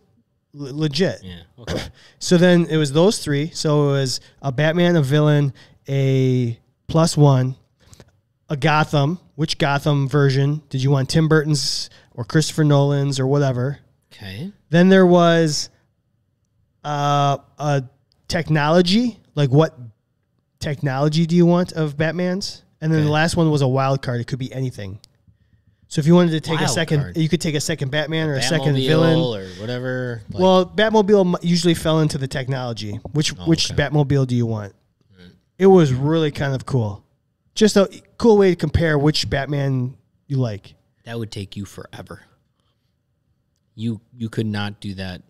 L- legit. Yeah. Okay. So then it was those three. So it was a Batman, a villain, a plus one, a Gotham. Which Gotham version did you want? Tim Burton's or Christopher Nolan's or whatever. okay. Then there was uh, a technology. Like what technology do you want of Batman's? And then Okay. the last one was a wild card. It could be anything. So if you wanted to take Wild a second, card. you could take a second Batman or a second Batmobile villain. or whatever. Like, Oh, Well, Batmobile m- usually fell into the technology. Which which okay. Batmobile do you want? It was really kind of cool. Just a cool way to compare which Batman you like. that would take you forever. You you could not do that.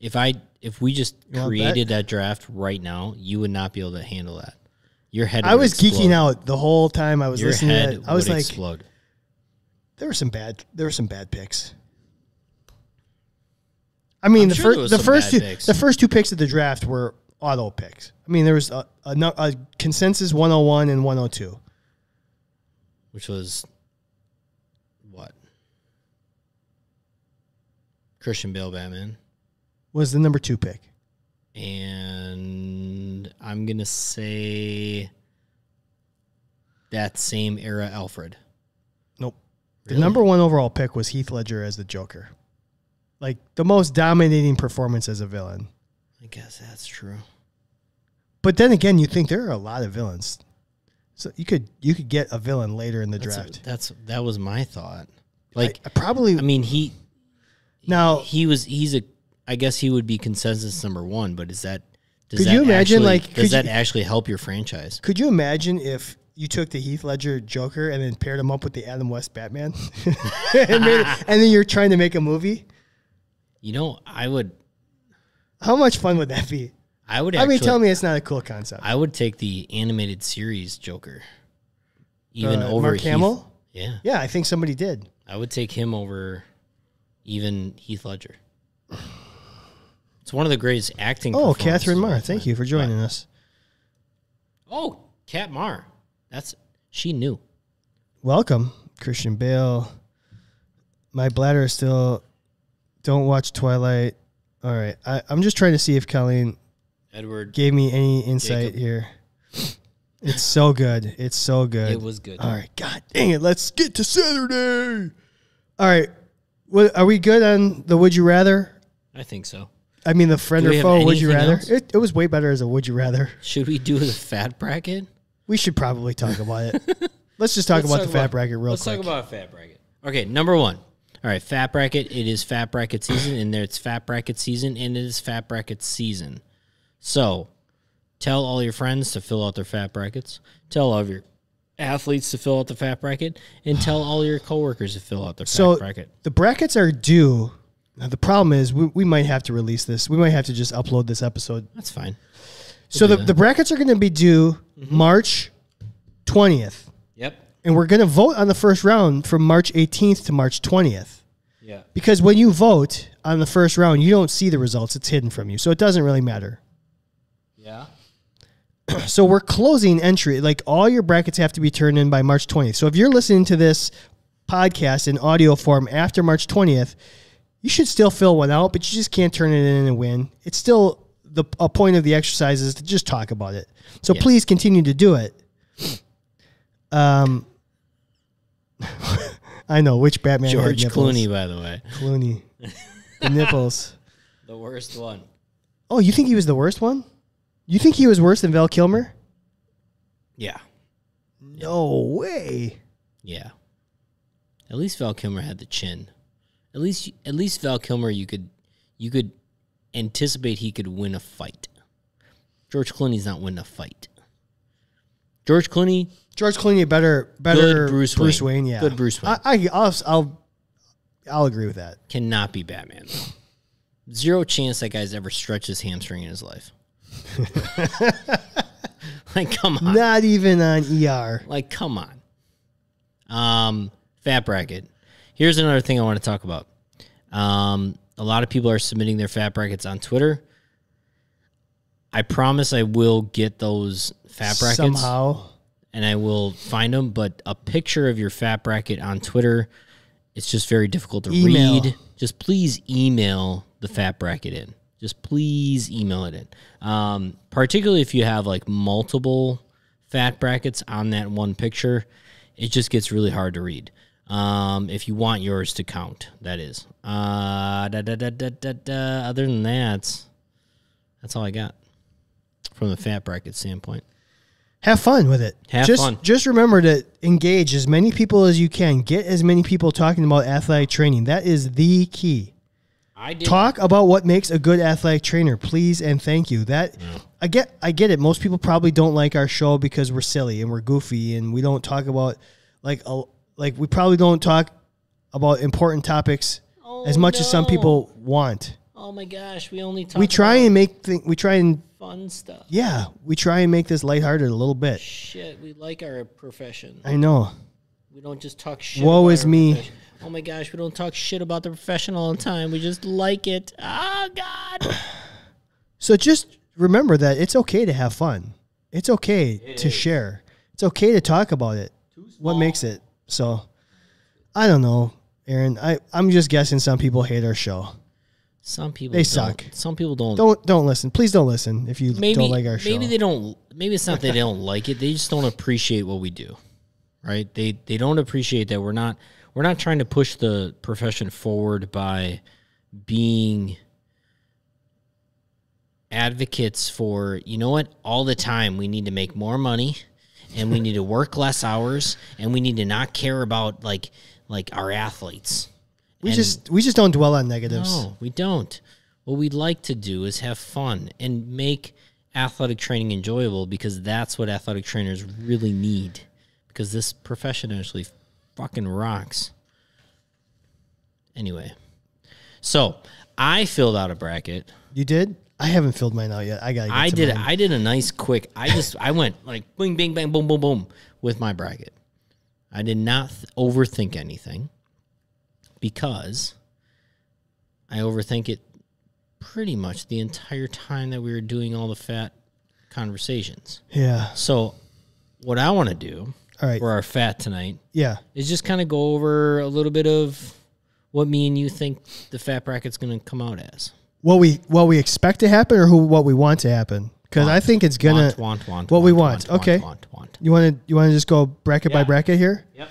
If I if we just wanna created that draft right now, you would not be able to handle that. Your head. I would was explode. geeking out the whole time I was Your listening head to that. I was would like, explode. there were some bad there were some bad picks. I mean, I'm the sure there was some first the first two bad picks. the first two picks of the draft were auto picks. I mean, there was a, a, nu- a consensus 101 and 102. Which was what? Christian Bale Batman. Was the number 2 pick. and I'm gonna say that same era Alfred. Nope. The Really? number one overall pick was Heath Ledger as the Joker. Like the most dominating performance as a villain. I guess that's true. But then again, you think there are a lot of villains. So you could you could get a villain later in the That's, draft. that's that was my thought. Like I, I probably I, mean he now he was he's a I guess he would be consensus number one, but is that does Could that you imagine, actually- like, could does that you- actually help your franchise? could you imagine if you took the Heath Ledger Joker and then paired him up with the Adam West Batman? and, made- and then you're trying to make a movie? You know, I would How much fun would that be? I would I actually mean, tell me it's not a cool concept. I would take the animated series Joker. Even Uh, over Mark Heath- Hamill? Yeah. Yeah, I think somebody did. I would take him over even Heath Ledger. It's one of the greatest acting. Oh, performances Catherine of Marr, all thank time. you for joining us. Oh, Cat Marr. That's she knew. Welcome, Christian Bale. My bladder is still. Don't watch Twilight. All right, I, I'm just trying to see if Colleen Edward. gave me any insight Jacob. here. It's so good. It's so good. It was good. All right, God dang it! Let's get to Saturday. All right, what, are we good on the Would You Rather? I think so. I mean, the friend Do we or have foe, would you anything rather? else? It, it was way better as a would you rather. Should we do the fat bracket? We should probably talk about it. Let's just talk about Let's the fat bracket real let's quick. talk about fat bracket. Okay, number one. All right, fat bracket. It is fat bracket season, and there it's fat bracket season, and it is fat bracket season. So, tell all your friends to fill out their fat brackets. Tell all of your athletes to fill out the fat bracket, and tell all your coworkers to fill out their so fat bracket. the brackets are due. Now, the problem is we, we might have to release this. We might have to just upload this episode. That's fine. so the, the brackets are going to be due March 20th. Yep. And we're going to vote on the first round from March 18th to March 20th. Yeah. Because when you vote on the first round, you don't see the results. It's hidden from you. So it doesn't really matter. Yeah. So we're closing entry. Like all your brackets have to be turned in by March 20th. So if you're listening to this podcast in audio form after March 20th, you should still fill one out, but you just can't turn it in and win. It's still the a point of the exercise is to just talk about it. So please continue to do it. Um, I know which Batman had George nipples. Clooney, by the way, Clooney, the nipples. the worst one. Oh, you think he was the worst one? You think he was worse than Val Kilmer? Yeah. No way. Yeah. At least Val Kilmer had the chin. At least at least Val Kilmer you could you could anticipate he could win a fight. George Clooney's not winning a fight. George Clooney, George Clooney, better, better Good Bruce Wayne. yeah, Good Bruce Wayne. I, I, I'll, I'll, I'll agree with that. cannot be Batman. Zero chance that guy's ever stretched his hamstring in his life. like come on. Not even on ER. Like, come on. Um, fat bracket. Here's another thing I want to talk about. Um, a lot of people are submitting their fat brackets on Twitter. I promise I will get those fat brackets Somehow, and I will find them. But a picture of your fat bracket on Twitter, it's just very difficult to Email. read. Just please email the fat bracket in. Just please email it in. Um, particularly if you have like multiple fat brackets on that one picture, it just gets really hard to read. Um, if you want yours to count, that is. Uh, da, da, da, da, da, da. Other than that, that's all I got from the fat bracket standpoint. have fun with it. Have just, fun. Just remember to engage as many people as you can. Get as many people talking about athletic training. That is the key. I did Talk about what makes a good athletic trainer, please and thank you. That I get I get it. Most people probably don't like our show because we're silly and we're goofy and we don't talk about like a, like we probably don't talk about important topics as Oh, much as some no. people want. Oh my gosh, we only talk We try and make things we try and fun stuff. yeah, we try and make this lighthearted a little bit. Shit, we like our profession. I know. We don't just talk shit. Woe about is our me. profession. Oh my gosh, we don't talk shit about the profession all the time. We just like it. Oh god. So just remember that it's okay to have fun. It's okay to share. It's okay to talk about it. What makes it? So I don't know, Aaron. I, I'm just guessing some people hate our show. Some people They don't. suck. Some people don't. Don't don't listen. Please don't listen if you maybe don't like our show. maybe they don't. Maybe it's not that they don't like it. They just don't appreciate what we do, right? They they don't appreciate that we're not we're not trying to push the profession forward by being advocates for you know what all the time we need to make more money and we need to work less hours and we need to not care about like like our athletes we just we just don't dwell on negatives. no, we don't. What we'd like to do is have fun and make athletic training enjoyable because that's what athletic trainers really need. Because this profession actually fucking rocks. Anyway, so I filled out a bracket. You did? I haven't filled mine out yet. I gotta. Get I to did. mine. I did a nice quick. I just. I went like bing, bing, bang, boom, boom, boom with my bracket. I did not th- overthink anything because I overthink it pretty much the entire time that we were doing all the fat conversations. Yeah. So, what I want to do All right. for our fat tonight Yeah. is just kind of go over a little bit of what me and you think the fat bracket's going to come out as. What we what we expect to happen or who what we want to happen? Because I think it's gonna. Want, want, want. what we want. Okay. Want, want. You want to you want to just go bracket by Yeah. bracket here? Yep.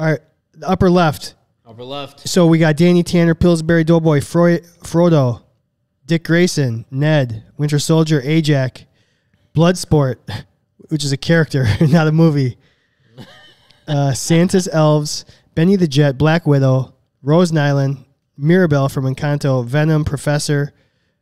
All right, the upper left. Upper left. So we got Danny Tanner, Pillsbury Doughboy, Fro- Frodo, Dick Grayson, Ned, Winter Soldier, Ajak, Bloodsport, which is a character, not a movie. Uh, Santa's elves, Benny the Jet, Black Widow, Rose Nyland, Mirabelle from Encanto, Venom, Professor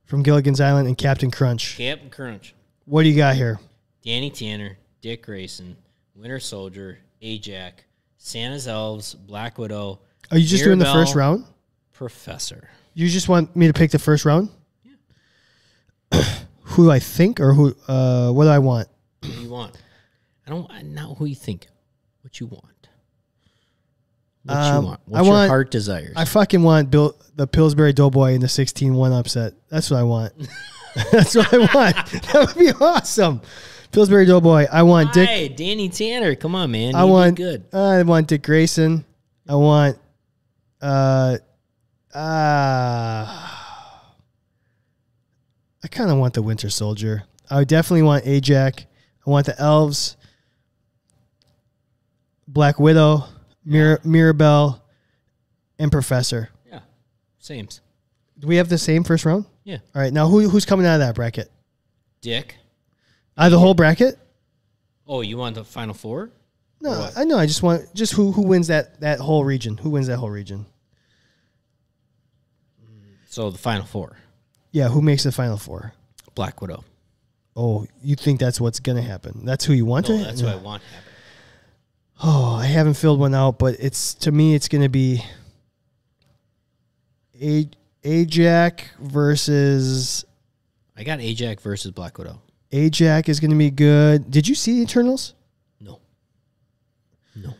from Gilligan's Island, and Captain Crunch. Captain Crunch. What do you got here? Danny Tanner, Dick Grayson, Winter Soldier, Ajak, Santa's Elves, Black Widow. Are you just doing the Mirabelle, first round? Professor. You just want me to pick the first round? who I think or who? Uh, what do I want? What do you want? I don't I- not who you think. What you want. What Um, you want. I What your want- heart desires. I fucking want Bill, the Pillsbury Doughboy in the 16-1 upset. That's what I want. That's what I want. That would be awesome. Pillsbury Doughboy. I want Dick. Hey, Danny Tanner, come on, man. I You did want good. I want Dick Grayson. I want. Uh, uh, I kind of want the Winter Soldier. I would definitely want Ajak. I want the elves. Black Widow, Mir- Mirabelle, and Professor. Yeah. Sames. Do we have the same first round? Yeah. All right. Now who who's coming out of that bracket? Dick. Uh, the whole bracket? Oh, you want the final four? No, What? I know. I just want just who who wins that that whole region? Who wins that whole region? So the final four. Yeah, who makes the final four? Black Widow. Oh, you think that's what's gonna happen? That's who you want No, to? that's what I want to happen. Oh, I haven't filled one out, but it's to me it's gonna be A- Ajak versus I got Ajak versus Black Widow. Ajak is gonna be good. Did you see Eternals? No. No.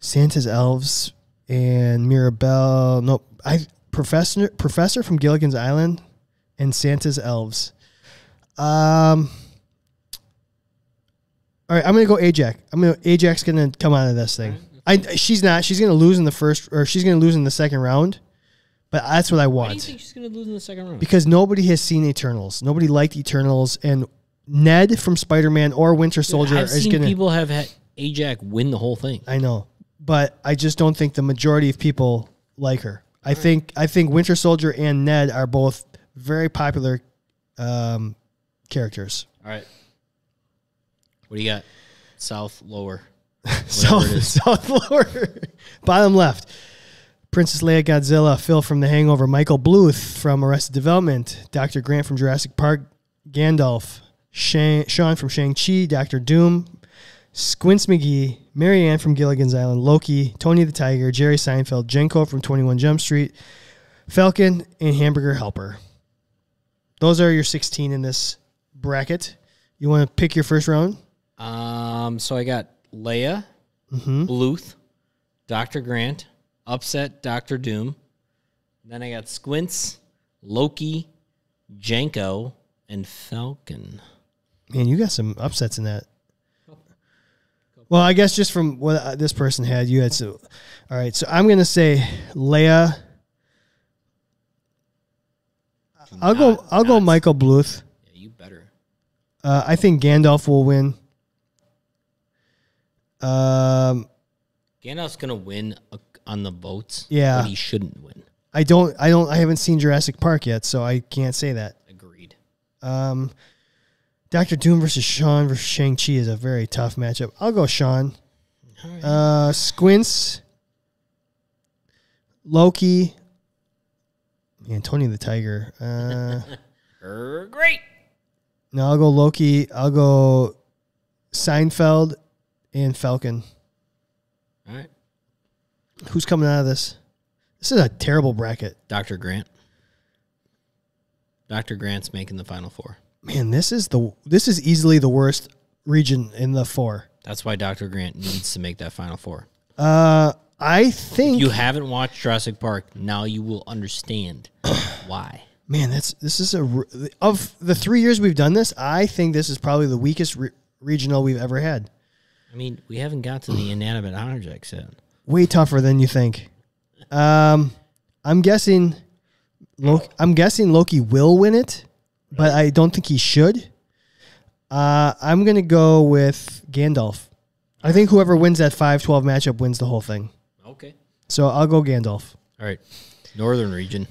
Santa's elves and Mirabelle. No, I professor professor from Gilligan's Island and Santa's elves. Um. All right, I'm gonna go Ajak. I'm gonna Ajak's gonna come out of this thing. I she's not. She's gonna lose in the first or she's gonna lose in the second round. But that's what I Why do you want think she's going to lose in the second round? because nobody has seen Eternals. Nobody liked Eternals and. Ned from Spider-Man or Winter Soldier I've is seen gonna. people have had Ajak win the whole thing. I know, but I just don't think the majority of people like her. I think I think Winter Soldier and Ned are both very popular um, characters. All right. What do you got? South lower. South, South lower, bottom left. Princess Leia, Godzilla, Phil from The Hangover, Michael Bluth from Arrested Development, Doctor Grant from Jurassic Park, Gandalf, Shang, Sean from Shang Chi, Doctor Doom, Squints McGee, Marianne from Gilligan's Island, Loki, Tony the Tiger, Jerry Seinfeld, Jenko from Twenty One Jump Street, Falcon, and Hamburger Helper. Those are your sixteen in this bracket. You want to pick your first round? Um, so I got Leia, Mm-hmm. Bluth, Doctor Grant, upset Doctor Doom. Then I got Squints, Loki, Janko, and Falcon. Man, you got some upsets in that. Well, I guess just from what uh, this person had, you had so. All right, so I'm gonna say Leia. I'll go. Not- I'll go not- Michael Bluth. Yeah, you better. Uh, I think Gandalf will win. Um, Gandalf's gonna win a, on the votes. Yeah. but he shouldn't win. I don't. I don't. I haven't seen Jurassic Park yet, so I can't say that. Agreed. Um, Doctor Doom versus Sean versus Shang Chi is a very tough matchup. I'll go Sean. All right. Uh, Squints, Loki, man, Tony the Tiger. Uh, Er, great. no, I'll go Loki. I'll go Seinfeld and Falcon. All right. Who's coming out of this? This is a terrible bracket. Doctor Grant. Doctor Grant's making the final four. Man, this is the this is easily the worst region in the four. That's why Doctor Grant needs to make that final four. Uh, I think you haven't watched Jurassic Park, now you will understand why. man, that's this is a r- of the three years we've done this. I think this is probably the weakest re- regional we've ever had. I mean, we haven't got to the inanimate objects yet. way tougher than you think. Um, I'm guessing. Loki, I'm guessing Loki will win it, but I don't think he should. Uh, I'm gonna go with Gandalf. I think whoever wins that 5-12 matchup wins the whole thing. Okay. So I'll go Gandalf. All right. Northern region.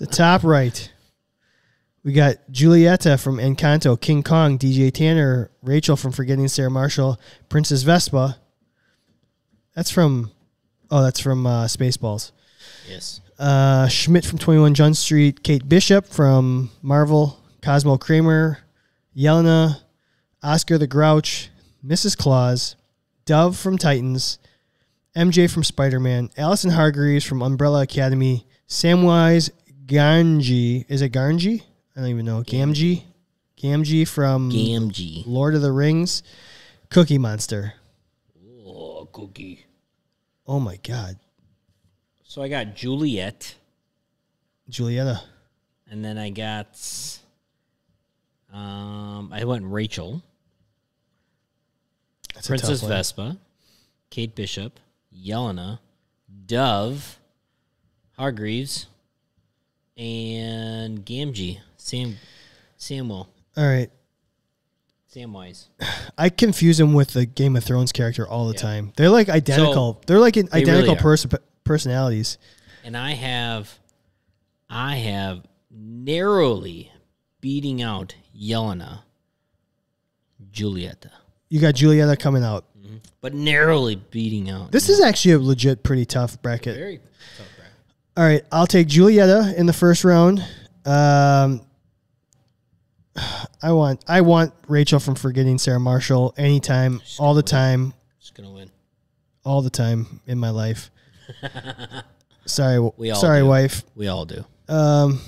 The top right. We got Julieta from Encanto, King Kong, DJ Tanner, Rachel from Forgetting Sarah Marshall, Princess Vespa. That's from, oh, that's from uh, Spaceballs. Yes. Uh, Schmidt from 21 Jump Street, Kate Bishop from Marvel, Cosmo Kramer, Yelena, Oscar the Grouch, Mrs. Claus, Dove from Titans, MJ from Spider Man, Allison Hargreaves from Umbrella Academy, Samwise Ganji. Is it Garnji? I don't even know. Gamgee? Gamgee from Gamgee. Lord of the Rings, Cookie Monster. Oh, cookie. Oh my God. So I got Juliet, Julietta. and then I got. Um, I went Rachel, That's a tough Princess one. Vespa, Kate Bishop, Yelena, Dove, Hargreaves, and Gamgee. Sam, Samuel, All right. Samwise. I confuse them with the Game of Thrones character all the time. They're like identical. They're like in really identical are. pers- personalities. and I have, I have narrowly beating out Yelena, Julieta, You got Julieta coming out. but narrowly beating out. This is actually a legit pretty tough bracket. Mm-hmm. very tough All right, I'll take Julieta in the first round. Um, I want I want Rachel from Forgetting Sarah Marshall anytime, all the time, Just gonna win. all the time in my life. sorry, w- We all sorry, do. wife. We all do. um,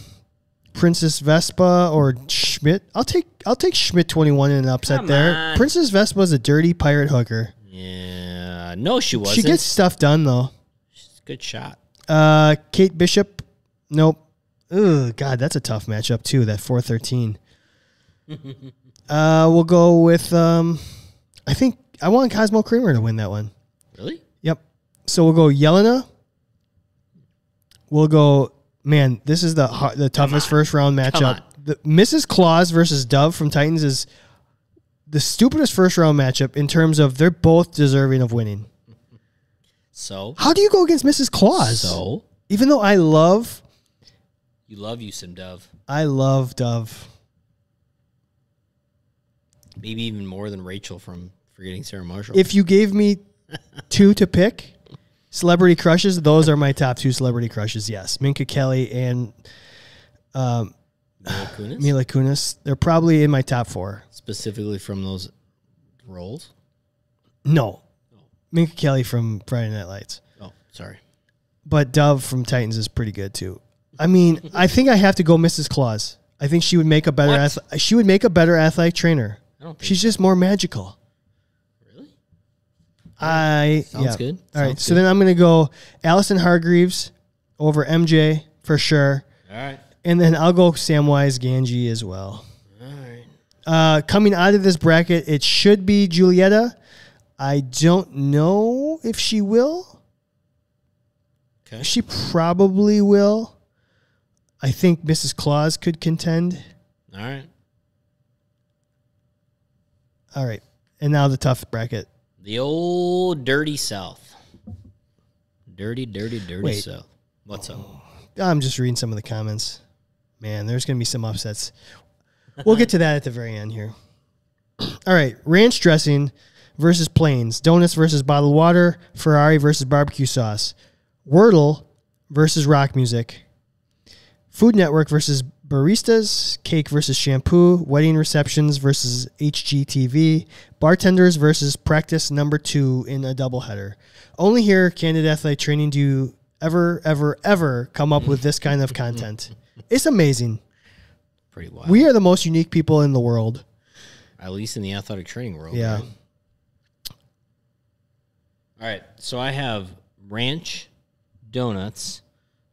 Princess Vespa or Schmidt. I'll take I'll take Schmidt twenty one in an upset Come there. on. Princess Vespa's a dirty pirate hooker. Yeah. Uh, No, she wasn't. She gets stuff done though. good shot. Uh, Kate Bishop. Nope. Ooh, God, that's a tough matchup too. That four thirteen. uh, we'll go with um, I think I want Cosmo Kramer to win that one. Really? Yep. So we'll go Yelena. We'll go. Man, this is the har- the toughest first round on. matchup. The, Mrs. Claus versus Dove from Titans is the stupidest first round matchup in terms of they're both deserving of winning. So, How do you go against Mrs. Claus? so Even though I love you love you some Dove, I love Dove. maybe even more than Rachel from Forgetting Sarah Marshall. If you gave me two to pick, celebrity crushes, those are my top two celebrity crushes. Yes, Minka Kelly and Mila Kunis, Mila Kunis. They're probably in my top four. specifically from those roles. No. Minka Kelly from Friday Night Lights. Oh, sorry. But Dove from Titans is pretty good too. I mean, I think I have to go Mrs. Claus. I think she would make a better What? ath- she would make a better athletic trainer. I don't think She's just more magical. really. I Sounds yeah. good. All right. Sounds So then I'm going to go Allison Hargreaves over MJ for sure. All right. And then I'll go Samwise Ganji as well. All right. Uh, coming out of this bracket, it should be Julieta. I don't know if she will. Okay. She probably will. I think Mrs. Claus could contend. All right. All right. And now the tough bracket. The old dirty South. Dirty, dirty, dirty Wait. Oh. South. What's up? I'm just reading some of the comments. Man, there's going to be some upsets. We'll get to that at the very end here. All right. Ranch dressing versus plains. Donuts versus bottled water. Ferrari versus barbecue sauce. Wordle versus rock music. Food Network versus baristas, cake versus shampoo, wedding receptions versus HGTV, bartenders versus practice number two in a doubleheader. Only here, Candid Athletic Training, do you ever, ever, ever come up with this kind of content. It's amazing. Pretty wild. We are the most unique people in the world. At least in the athletic training world. Yeah. right? All right. So I have ranch, donuts,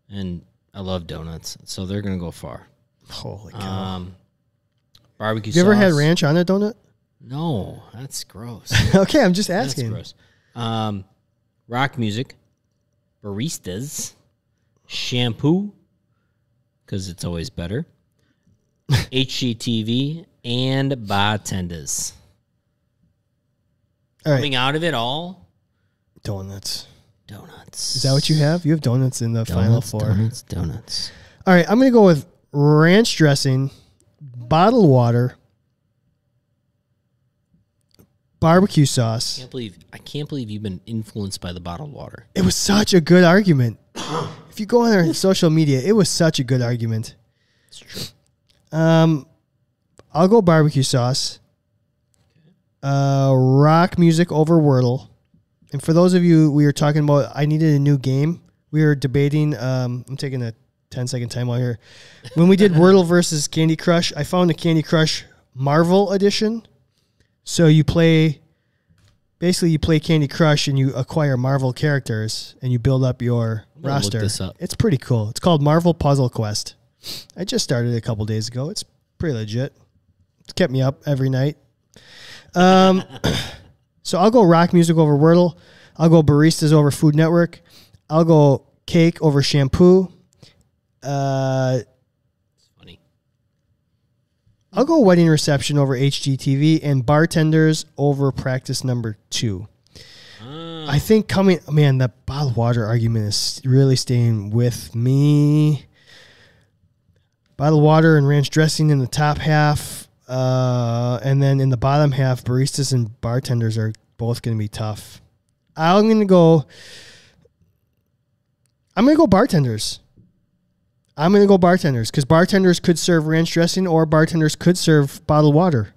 and I love donuts. So they're going to go far. Holy cow. Um, barbecue Uh-huh. you ever had sauce. ranch on a donut? No, that's gross. okay, I'm just That's asking. gross. Um, rock music, baristas, shampoo, because it's always better. HGTV and bartenders. All right, Coming out of it all, donuts. Donuts. Is that what you have? You have donuts in the final Donuts, four. donuts, donuts. All right, I'm going to go with ranch dressing, bottled water, barbecue sauce. Can't believe I can't believe you've been influenced by the bottled water. It was such a good argument. if you go on our social media, it was such a good argument. It's true. Um, I'll go barbecue sauce. Uh, rock music over Wordle. And for those of you, we were talking about, I needed a new game. We were debating. Um, I'm taking a 10 second time out here. When we did Wordle versus Candy Crush, I found the Candy Crush Marvel edition. So you play, basically, you play Candy Crush and you acquire Marvel characters and you build up your gonna look roster. this up. It's pretty cool. It's called Marvel Puzzle Quest. I just started it a couple days ago. It's pretty legit. It's kept me up every night. Um, so I'll go rock music over Wordle. I'll go baristas over Food Network. I'll go cake over shampoo. Uh, It's funny. I'll go wedding reception over HGTV and bartenders over practice number two. I think coming, man, that bottled water argument is really staying with me. Bottled water and ranch dressing in the top half. Uh, and then in the bottom half, baristas and bartenders are both going to be tough. I'm going to go. I'm going to go bartenders. I'm going to go bartenders because bartenders could serve ranch dressing or bartenders could serve bottled water.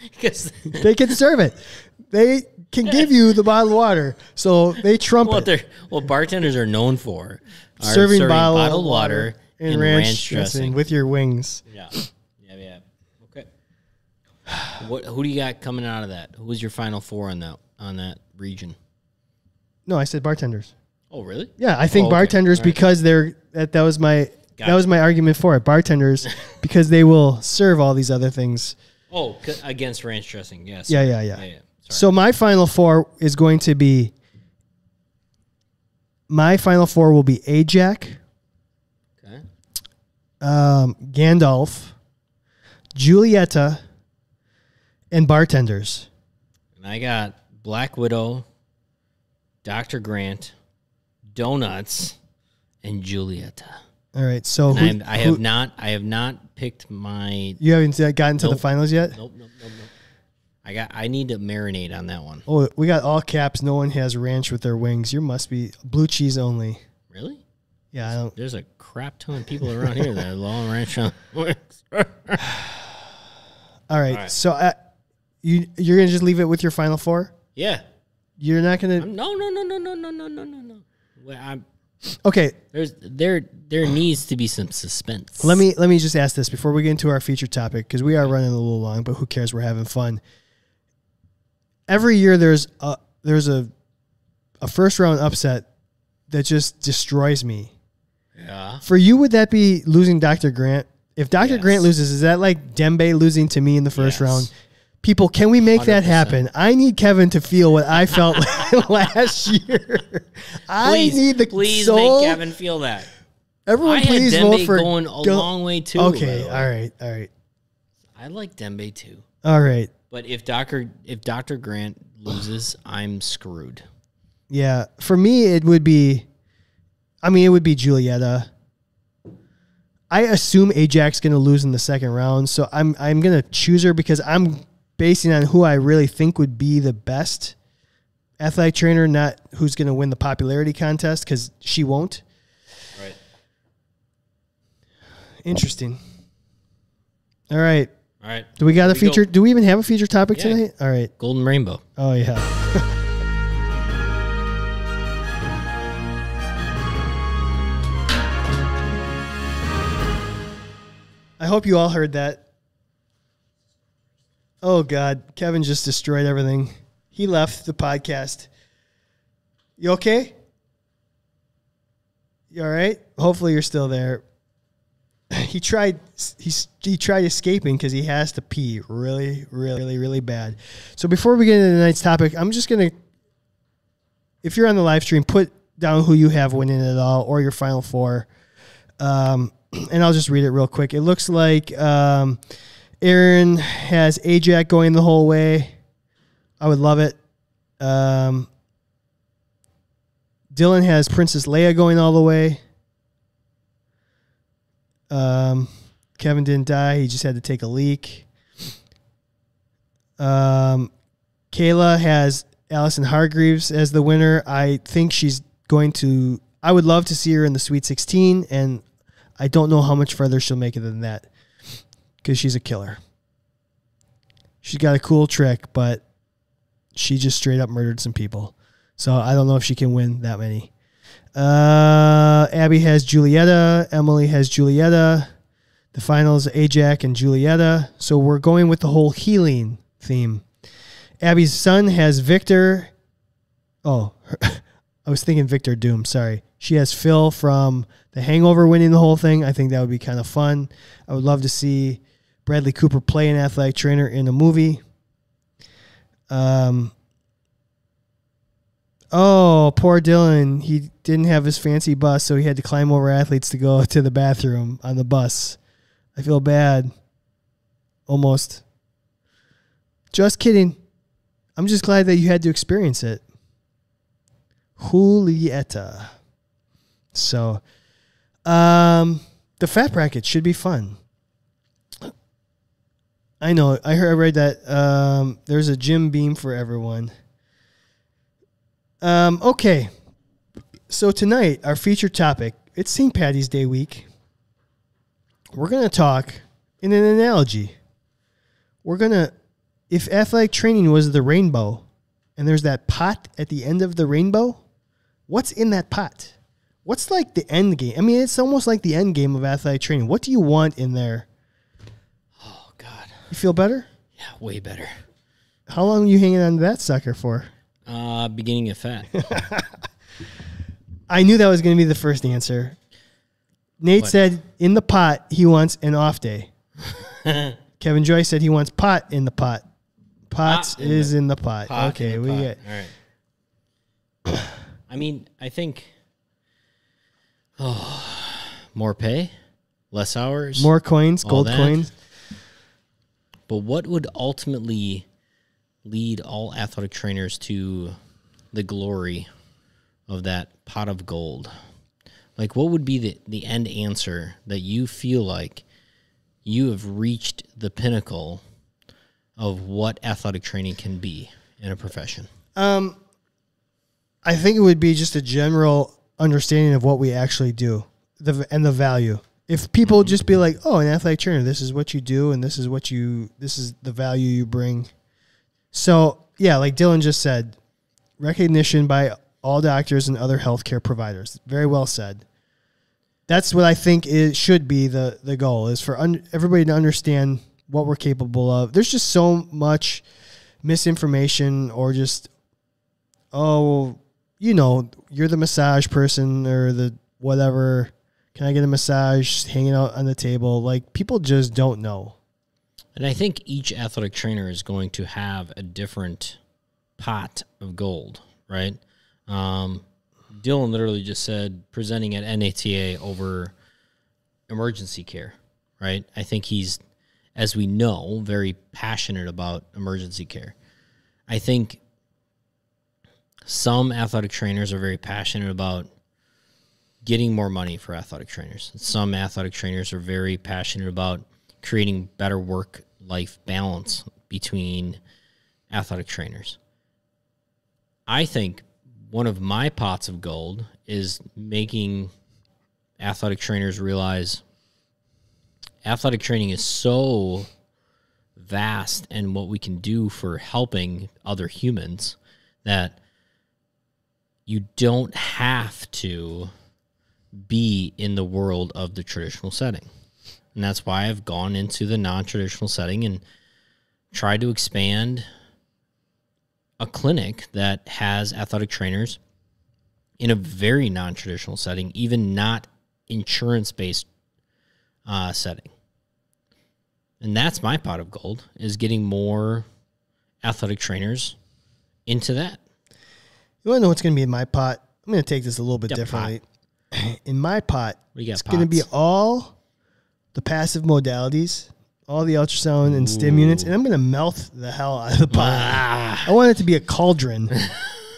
Because They can serve it. They can give you the bottled water. So they trump what it. they're what bartenders are known for are Serving, bottled, water and, ranch, dressing. with your wings. Yeah. Yeah, yeah. Okay. What who do you got coming out of that? Who was your final four on that on that region? No, I said bartenders. Oh, really? Yeah, I think Oh, okay. bartenders All right. because they're that, that was my Got that it. was my argument for it. Bartenders because they will serve all these other things. Oh, c- against ranch dressing. Yes. Yeah, yeah, yeah. Yeah, yeah. Sorry. So my final four is going to be my final four will be Ajax, Okay. um, Gandalf, Julieta, and bartenders. And I got Black Widow, Dr. Grant, Donuts, and Julieta. All right, so who, And I'm, I who- have not I have not picked my you haven't gotten to the Nope. finals yet. Nope, nope, nope, nope. I got I need to marinate on that one. Oh, we got all caps. No one has ranch with their wings. You must be blue cheese only. Really? Yeah, I don't. There's a crap ton of people around here that love ranch on wings. All right, so uh, you you're gonna just leave it with your final four. Yeah. You're not gonna. No, no, no, no, no, no, no, no, no, no. Well, I'm, Okay, there's there there needs to be some suspense. Let me let me just ask this before we get into our feature topic because we are running a little long, but who cares? We're having fun. Every year there's a there's a a first round upset that just destroys me. Yeah. For you, would that be losing Dr. Grant? If Dr. Yes. Grant loses, is that like Dembe losing to me in the Yes. first round? People, can we make that 100%. happen? I need Kevin to feel what I felt last year. I Please, need the please soul. make Kevin feel that. Everyone, I had please Dembe vote for going a Gun- long way too. Okay, by the way. all right, all right. I like Dembe too. All right. But if Doctor if Doctor Grant loses, I'm screwed. Yeah. For me, it would be, I mean, it would be Julieta. I assume Ajax going to lose in the second round, so I'm I'm going to choose her because I'm basing on who I really think would be the best athletic trainer, not who's going to win the popularity contest because she won't. Right. Interesting. All right. All right. Do we got Here a we go. feature? Do we even have a feature topic Yeah. tonight? All right. Golden Rainbow. Oh yeah. I hope you all heard that. Oh god, Kevin just destroyed everything. He left the podcast. You okay? You all right? Hopefully you're still there. He tried he he tried escaping because he has to pee really really really really bad. So before we get into tonight's topic, I'm just gonna if you're on the live stream, put down who you have winning it all or your final four. Um, and I'll just read it real quick. It looks like um, Aaron has Ajax going the whole way. I would love it. Um, Dylan has Princess Leia going all the way. Um, Kevin didn't die. He just had to take a leak. Um, Kayla has Allison Hargreaves as the winner. I think she's going to. I would love to see her in the Sweet 16, and I don't know how much further she'll make it than that because she's a killer. She's got a cool trick, but she just straight up murdered some people. So I don't know if she can win that many. Uh, Abby has Julieta. Emily has Julieta. The finals, Ajax and Julieta. So we're going with the whole healing theme. Abby's son has Victor. Oh, I was thinking Victor Doom. Sorry. She has Phil from The Hangover winning the whole thing. I think that would be kind of fun. I would love to see Bradley Cooper play an athletic trainer in a movie. Um, oh, poor Dylan. He didn't have his fancy bus, so he had to climb over athletes to go to the bathroom on the bus. I feel bad. Almost. Just kidding. I'm just glad that you had to experience it. Julieta. So, um, the fat bracket should be fun. I know. I heard. I read that um, there's a gym beam for everyone. Um, okay, so tonight our feature topic it's St. Patty's Day week. We're gonna talk in an analogy. We're gonna if athletic training was the rainbow, and there's that pot at the end of the rainbow, what's in that pot? What's like the end game? I mean, it's almost like the end game of athletic training. What do you want in there? Oh God. You feel better? Yeah, way better. How long are you hanging on to that sucker for? Uh, beginning of fat. I knew that was going to be the first answer. Nate What? said in the pot he wants an off day. Kevin Joyce said he wants pot in the pot. Pots Pot in is the in the pot. okay, we get All right. I mean, I think. Oh, more pay, less hours. more coins, All gold that. coins. But what would ultimately lead all athletic trainers to the glory of that pot of gold? Like, what would be the, the end answer that you feel like you have reached the pinnacle of what athletic training can be in a profession? I think it would be just a general understanding of what we actually do the, v- and the value. If people just be like, "Oh, an athletic trainer, this is what you do, and this is what you, this is the value you bring," so yeah, like Dylan just said, recognition by all doctors and other healthcare providers. Very well said. That's what I think it should be the the goal is for un- everybody to understand what we're capable of. There's just so much misinformation or just oh, you know, you're the massage person or the whatever. Can I get a massage hanging out on the table? Like people just don't know. And I think each athletic trainer is going to have a different pot of gold, right? Um, Dylan literally just said presenting at NATA over emergency care, right? I think he's, as we know, very passionate about emergency care. I think some athletic trainers are very passionate about getting more money for athletic trainers. Some athletic trainers are very passionate about creating better work life balance between athletic trainers. I think one of my pots of gold is making athletic trainers realize athletic training is so vast and what we can do for helping other humans that you don't have to be in the world of the traditional setting. And that's why I've gone into the non traditional setting and tried to expand a clinic that has athletic trainers in a very non traditional setting, even not insurance based uh, setting. And that's my pot of gold is getting more athletic trainers into that. You want to know what's going to be in my pot? I'm going to take this a little bit Yeah, differently. In my pot, What do you got, it's going to be pots? all the passive modalities, all the ultrasound and Ah. stim units, and I'm going to melt the hell out of the pot. I want it to be a cauldron.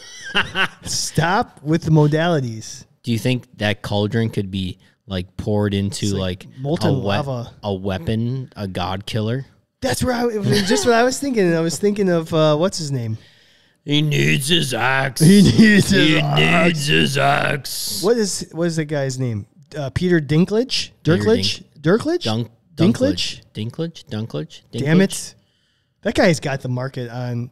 Stop with the modalities. Do you think that cauldron could be like poured into like, like molten a we- lava. a weapon, a god killer? That's where I it was just what I was thinking. I was thinking of uh, what's his name. He needs his axe. needs He needs his axe. What is what is that guy's name? Uh, Peter Dinklage. Dirklage. Dirklage. Dunk, Dinklage? Dinklage? Dinklage? Dinklage? Dinklage? Damn it! That guy's got the market on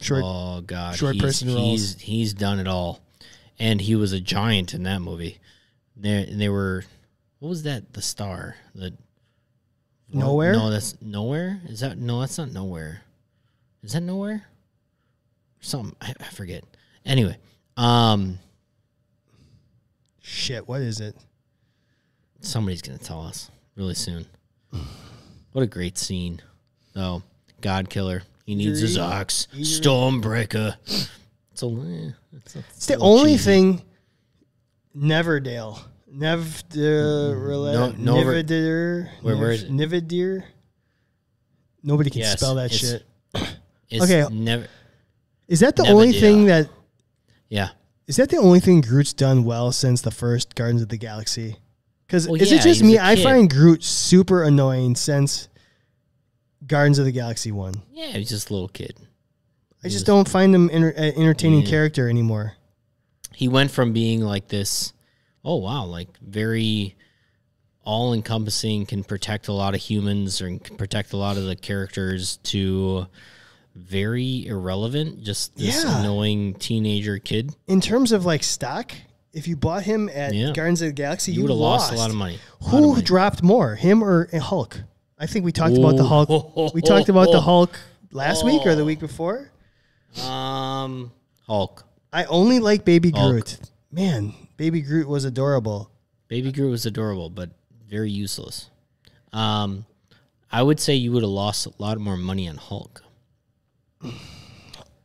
short. Oh god, Short he's, person roles. he's he's done it all, and he was a giant in that movie. There, and they were. What was that? The star. The Nowhere? No, that's nowhere. Is that no? That's not nowhere. Is that nowhere? Something I, I forget. Anyway, um, Shit, what is it? somebody's gonna tell us really soon. What a great scene, though. God killer. He needs his ox. Stormbreaker. It's a. eh, It's, a- It's the a little only cheesy. thing. Neverdale. Neverdale. No- Nover- Neverdere. Where- where is it? Neverdere. Nobody can Yes, spell that it's- shit. It's Okay. Never. Is that the only Neverdale. thing that Yeah. Is that the only thing Groot's done well since the first Guardians of the Galaxy? Because Well, is yeah, it just he was me? a I kid. find Groot super annoying since Guardians of the Galaxy one. Yeah, he's just a little kid. I just don't find him enter- an entertaining character anymore. He went from being like this, oh wow, like very all encompassing, can protect a lot of humans and can protect a lot of the characters to very irrelevant, just this Yeah. annoying teenager kid. In terms of like stock, if you bought him at Yeah. Guardians of the Galaxy, You you would have lost. lost. a lot of money. A lot of Who money. dropped more, him or uh, Hulk? I think we talked about the Ooh. Hulk. We talked about the Hulk last week or the week before. Um, Hulk. I only like Baby Hulk. Groot. Man, Baby Groot was adorable. Baby Groot was adorable, but very useless. Um, I would say you would have lost a lot more money on Hulk.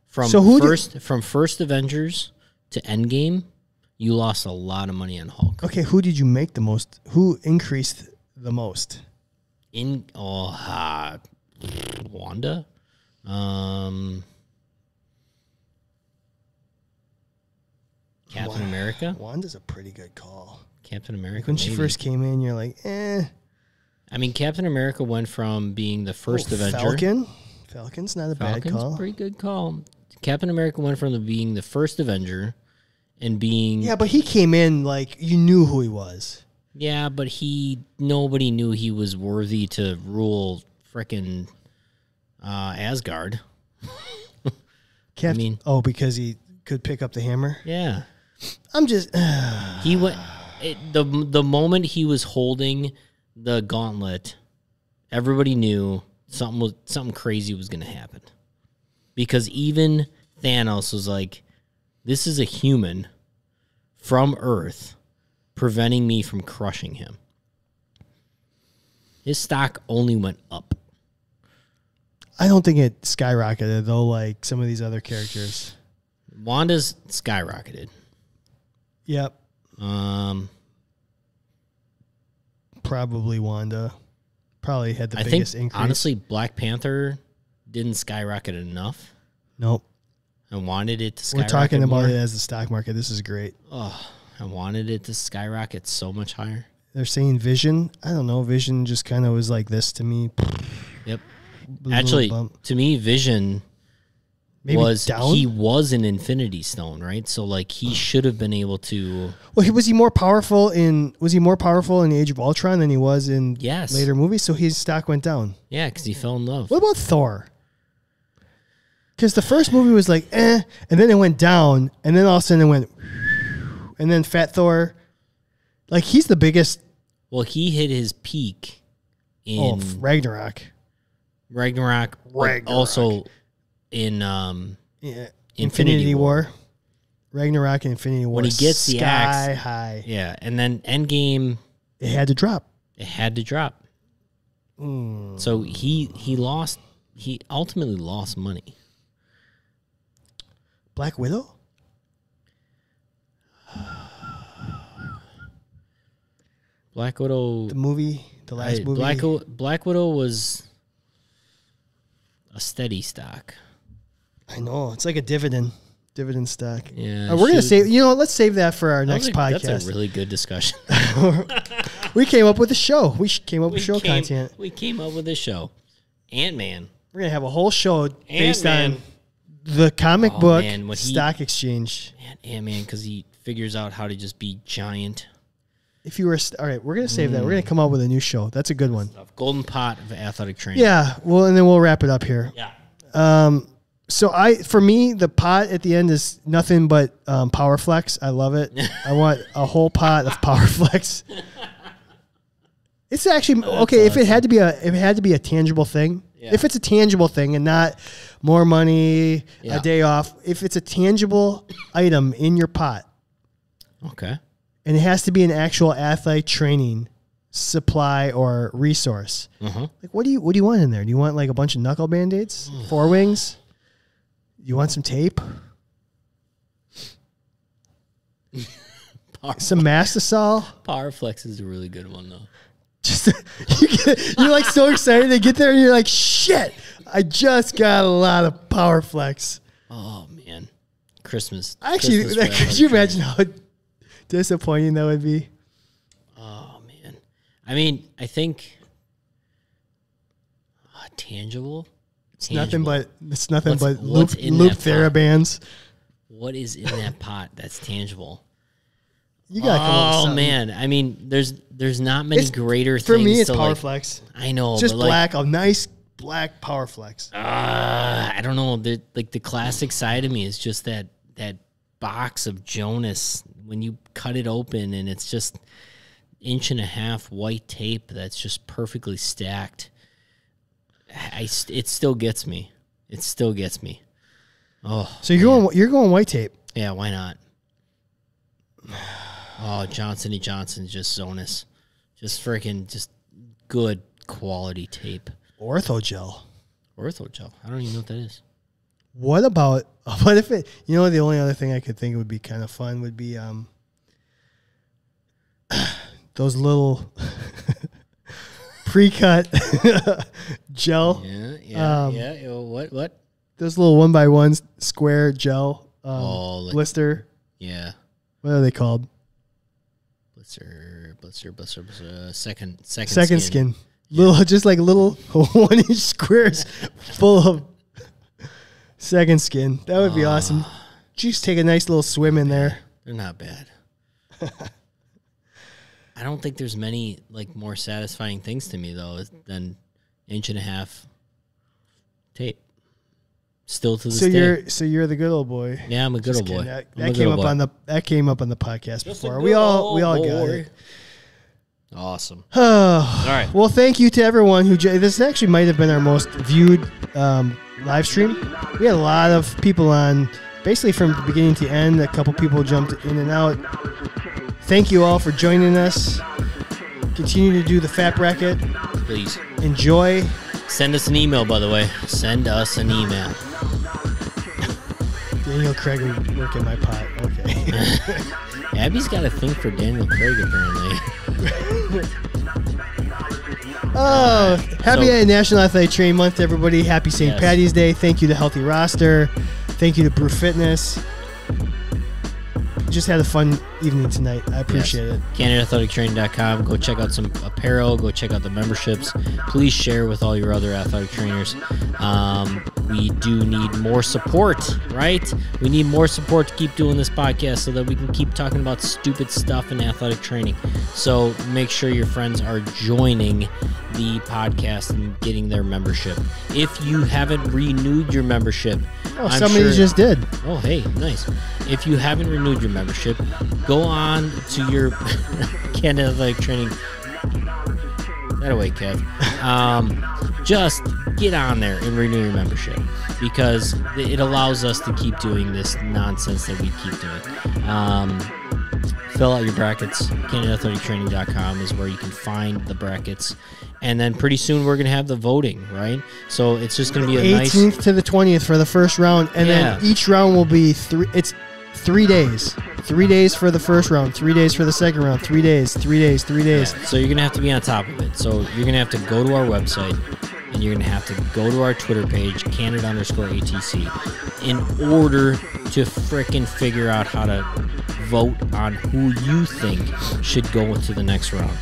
From So who do- first from first Avengers to Endgame, you lost a lot of money on Hulk. Okay, who did you make the most? Who increased the most? In oh ha, Wanda, um, Captain America. Wanda's a pretty good call. Captain America. When she maybe. first came in, you're like, eh. I mean, Captain America went from being the first Oh, Avenger. Falcon. Falcon's not a bad Falcon's call. pretty good call. Captain America went from the, being the first Avenger and being yeah, but he came in like you knew who he was. yeah, but he nobody knew he was worthy to rule frickin' uh, Asgard. Captain. mean- oh, because he could pick up the hammer. Yeah, I'm just. he went it, the the moment he was holding the gauntlet, everybody knew something was something crazy was going to happen because even Thanos was like, "This is a human from Earth." preventing me from crushing him. His stock only went up. I don't think it skyrocketed though, like some of these other characters. Wanda's skyrocketed. Yep, Um, probably Wanda. Probably had the I think biggest increase. honestly, Black Panther didn't skyrocket enough. nope. I wanted it to We're skyrocket. talking about more. it as the stock market. This is great. Oh, I wanted it to skyrocket so much higher. they're saying vision. I don't know. Vision just kind of was like this to me. Yep. Actually, bump. to me, Vision Maybe was down. he was an Infinity Stone, right? So like he should have been able to. well, he was he more powerful in was he more powerful in the Age of Ultron than he was in Yes. later movies? So his stock went down. Yeah, because he fell in love. What about Thor? Because the first movie was like eh, and then it went down, and then all of a sudden it went, and then Fat Thor, like he's the biggest Well, he hit his peak in oh, Ragnarok. Ragnarok, but Ragnarok. also in um Yeah. Infinity War. Ragnarok and Infinity War. he gets the sky axe- high, yeah, and then Endgame it had to drop. it had to drop. Hmm. So he he lost he ultimately lost money. Black Widow. Black Widow the movie, the last I- movie. Black Wi- Black Widow was a steady stock. I know it's like a dividend. Dividend stock. Yeah, Uh, we're gonna shoot. save. You know, what, let's save that for our That next was a- podcast. That's a really good discussion. we came up with a show. We sh- came up we with show came, content. We came up with this show, Ant Man. We're gonna have a whole show based Ant-Man. on the comic Oh, book man, what he- stock exchange. Ant Man, because he figures out how to just be giant. If you were st- all right, we're gonna save Mm. that. We're gonna come up with a new show. That's a good one. Of golden pot of athletic training. Yeah. Well, and then we'll wrap it up here. Yeah. So I, for me, the pot at the end is nothing but um, Power Flex. I love it. I want a whole pot of Power Flex. It's actually okay if it had to be a if it had to be a tangible thing. Yeah. If it's a tangible thing and not more money, Yeah. a day off. If it's a tangible item in your pot, Okay. and it has to be an actual athlete training supply or resource. Like, what do you what do you want in there? Do you want like a bunch of knuckle band aids, Mm. four wings? You want some tape, Power, some Mastisol? power flex is a really good one though. Just you get, you're like so excited to get there, and you're like, shit, I just got a lot of power flex. Oh man, Christmas. Actually, Christmas that, for could you athletic imagine how disappointing that would be? training. Oh man. I mean, I think Ah, tangible. It's Nothing but it's nothing What's- but what's loop in loop that pot? therabands. what is in that pot that's tangible. You gotta come up with Oh something. man, I mean, there's there's not many It's- greater For things me, it's to, power like- flex. I know, just but like, black, a nice black power flex. Ah, I don't know. The, like the classic side of me is just that that box of Jonas when you cut it open and it's just inch and a half white tape that's just perfectly stacked. I st- it still gets me. It still gets me. Oh So you're going you're going white tape. yeah, why not? Oh Johnson and Johnson's just Jonas, just freaking just good quality tape. Orthogel. Orthogel. I don't even know what that is. What about what if it you know the only other thing I could think would be kind of fun would be um those little pre-cut gel Yeah, yeah, Um, yeah. oh, What? What? those little one by one square gel um, Oh, like- blister Yeah. what are they called Blister, blister, blister, blister. Second, second, second skin, little just like little one inch squares full of second skin that would Ah. be awesome just take a nice little swim in there They're not bad. I don't think there's many like more satisfying things to me though than inch and a half tape. Still to this so day. you're so you're the good old boy yeah, I'm a good old boy. Kidding, that, I'm a that good came old up boy. on the that came up on the podcast Just a before good we all we all old got boy. it Awesome. all right. well thank you to everyone who j- this actually might have been our most viewed um, live stream we had a lot of people on basically from the beginning to end a couple people jumped in and out thank you all for joining us continue to do the fat bracket Please enjoy send us an email. By the way, send us an email. daniel craig will work in my pot okay Abby's got a thing for Daniel Craig apparently. Oh, happy So- National Athletic Training Month, to everybody. Happy St. Yes. Patty's Day. Thank you to Healthy Roster. Thank you to Brew Fitness. Just had a fun evening tonight. I appreciate it. CanadaAthleticTraining.com. Go check out some apparel. Go check out the memberships. Please share with all your other athletic trainers. Um, we do need more support, right? We need more support to keep doing this podcast so that we can keep talking about stupid stuff in athletic training. So make sure your friends are joining the podcast and getting their membership. If you haven't renewed your membership, Oh, somebody just did. Oh, hey, nice. If you haven't renewed your membership, go on to your Canada Athletic Training. That away, Kev. Um, just get on there and renew your membership because it allows us to keep doing this nonsense that we keep doing. Um, fill out your brackets. CanadaAthleticTraining.com is where you can find the brackets. And then pretty soon we're going to have the voting, right? So it's just going to be a nice. 18th to the 20th for the first round. And then Yeah. each round will be three. It's three days. Three days for the first round. Three days for the second round. Three days. Three days. Three days. So you're gonna have to be on top of it. So you're gonna have to go to our website, and you're going to have to go to our Twitter page, Canada underscore ATC, in order to frickin' figure out how to vote on who you think should go into the next round.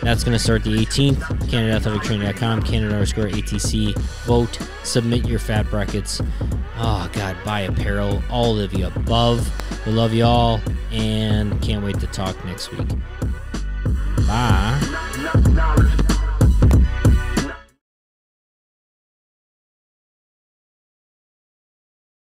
That's going to start the 18th. CanadaAthleticTraining.com, Canada underscore ATC. Vote, submit your fat brackets. Oh, God, buy apparel, all of you above. We love you all and can't wait to talk next week. Bye. Knowledge.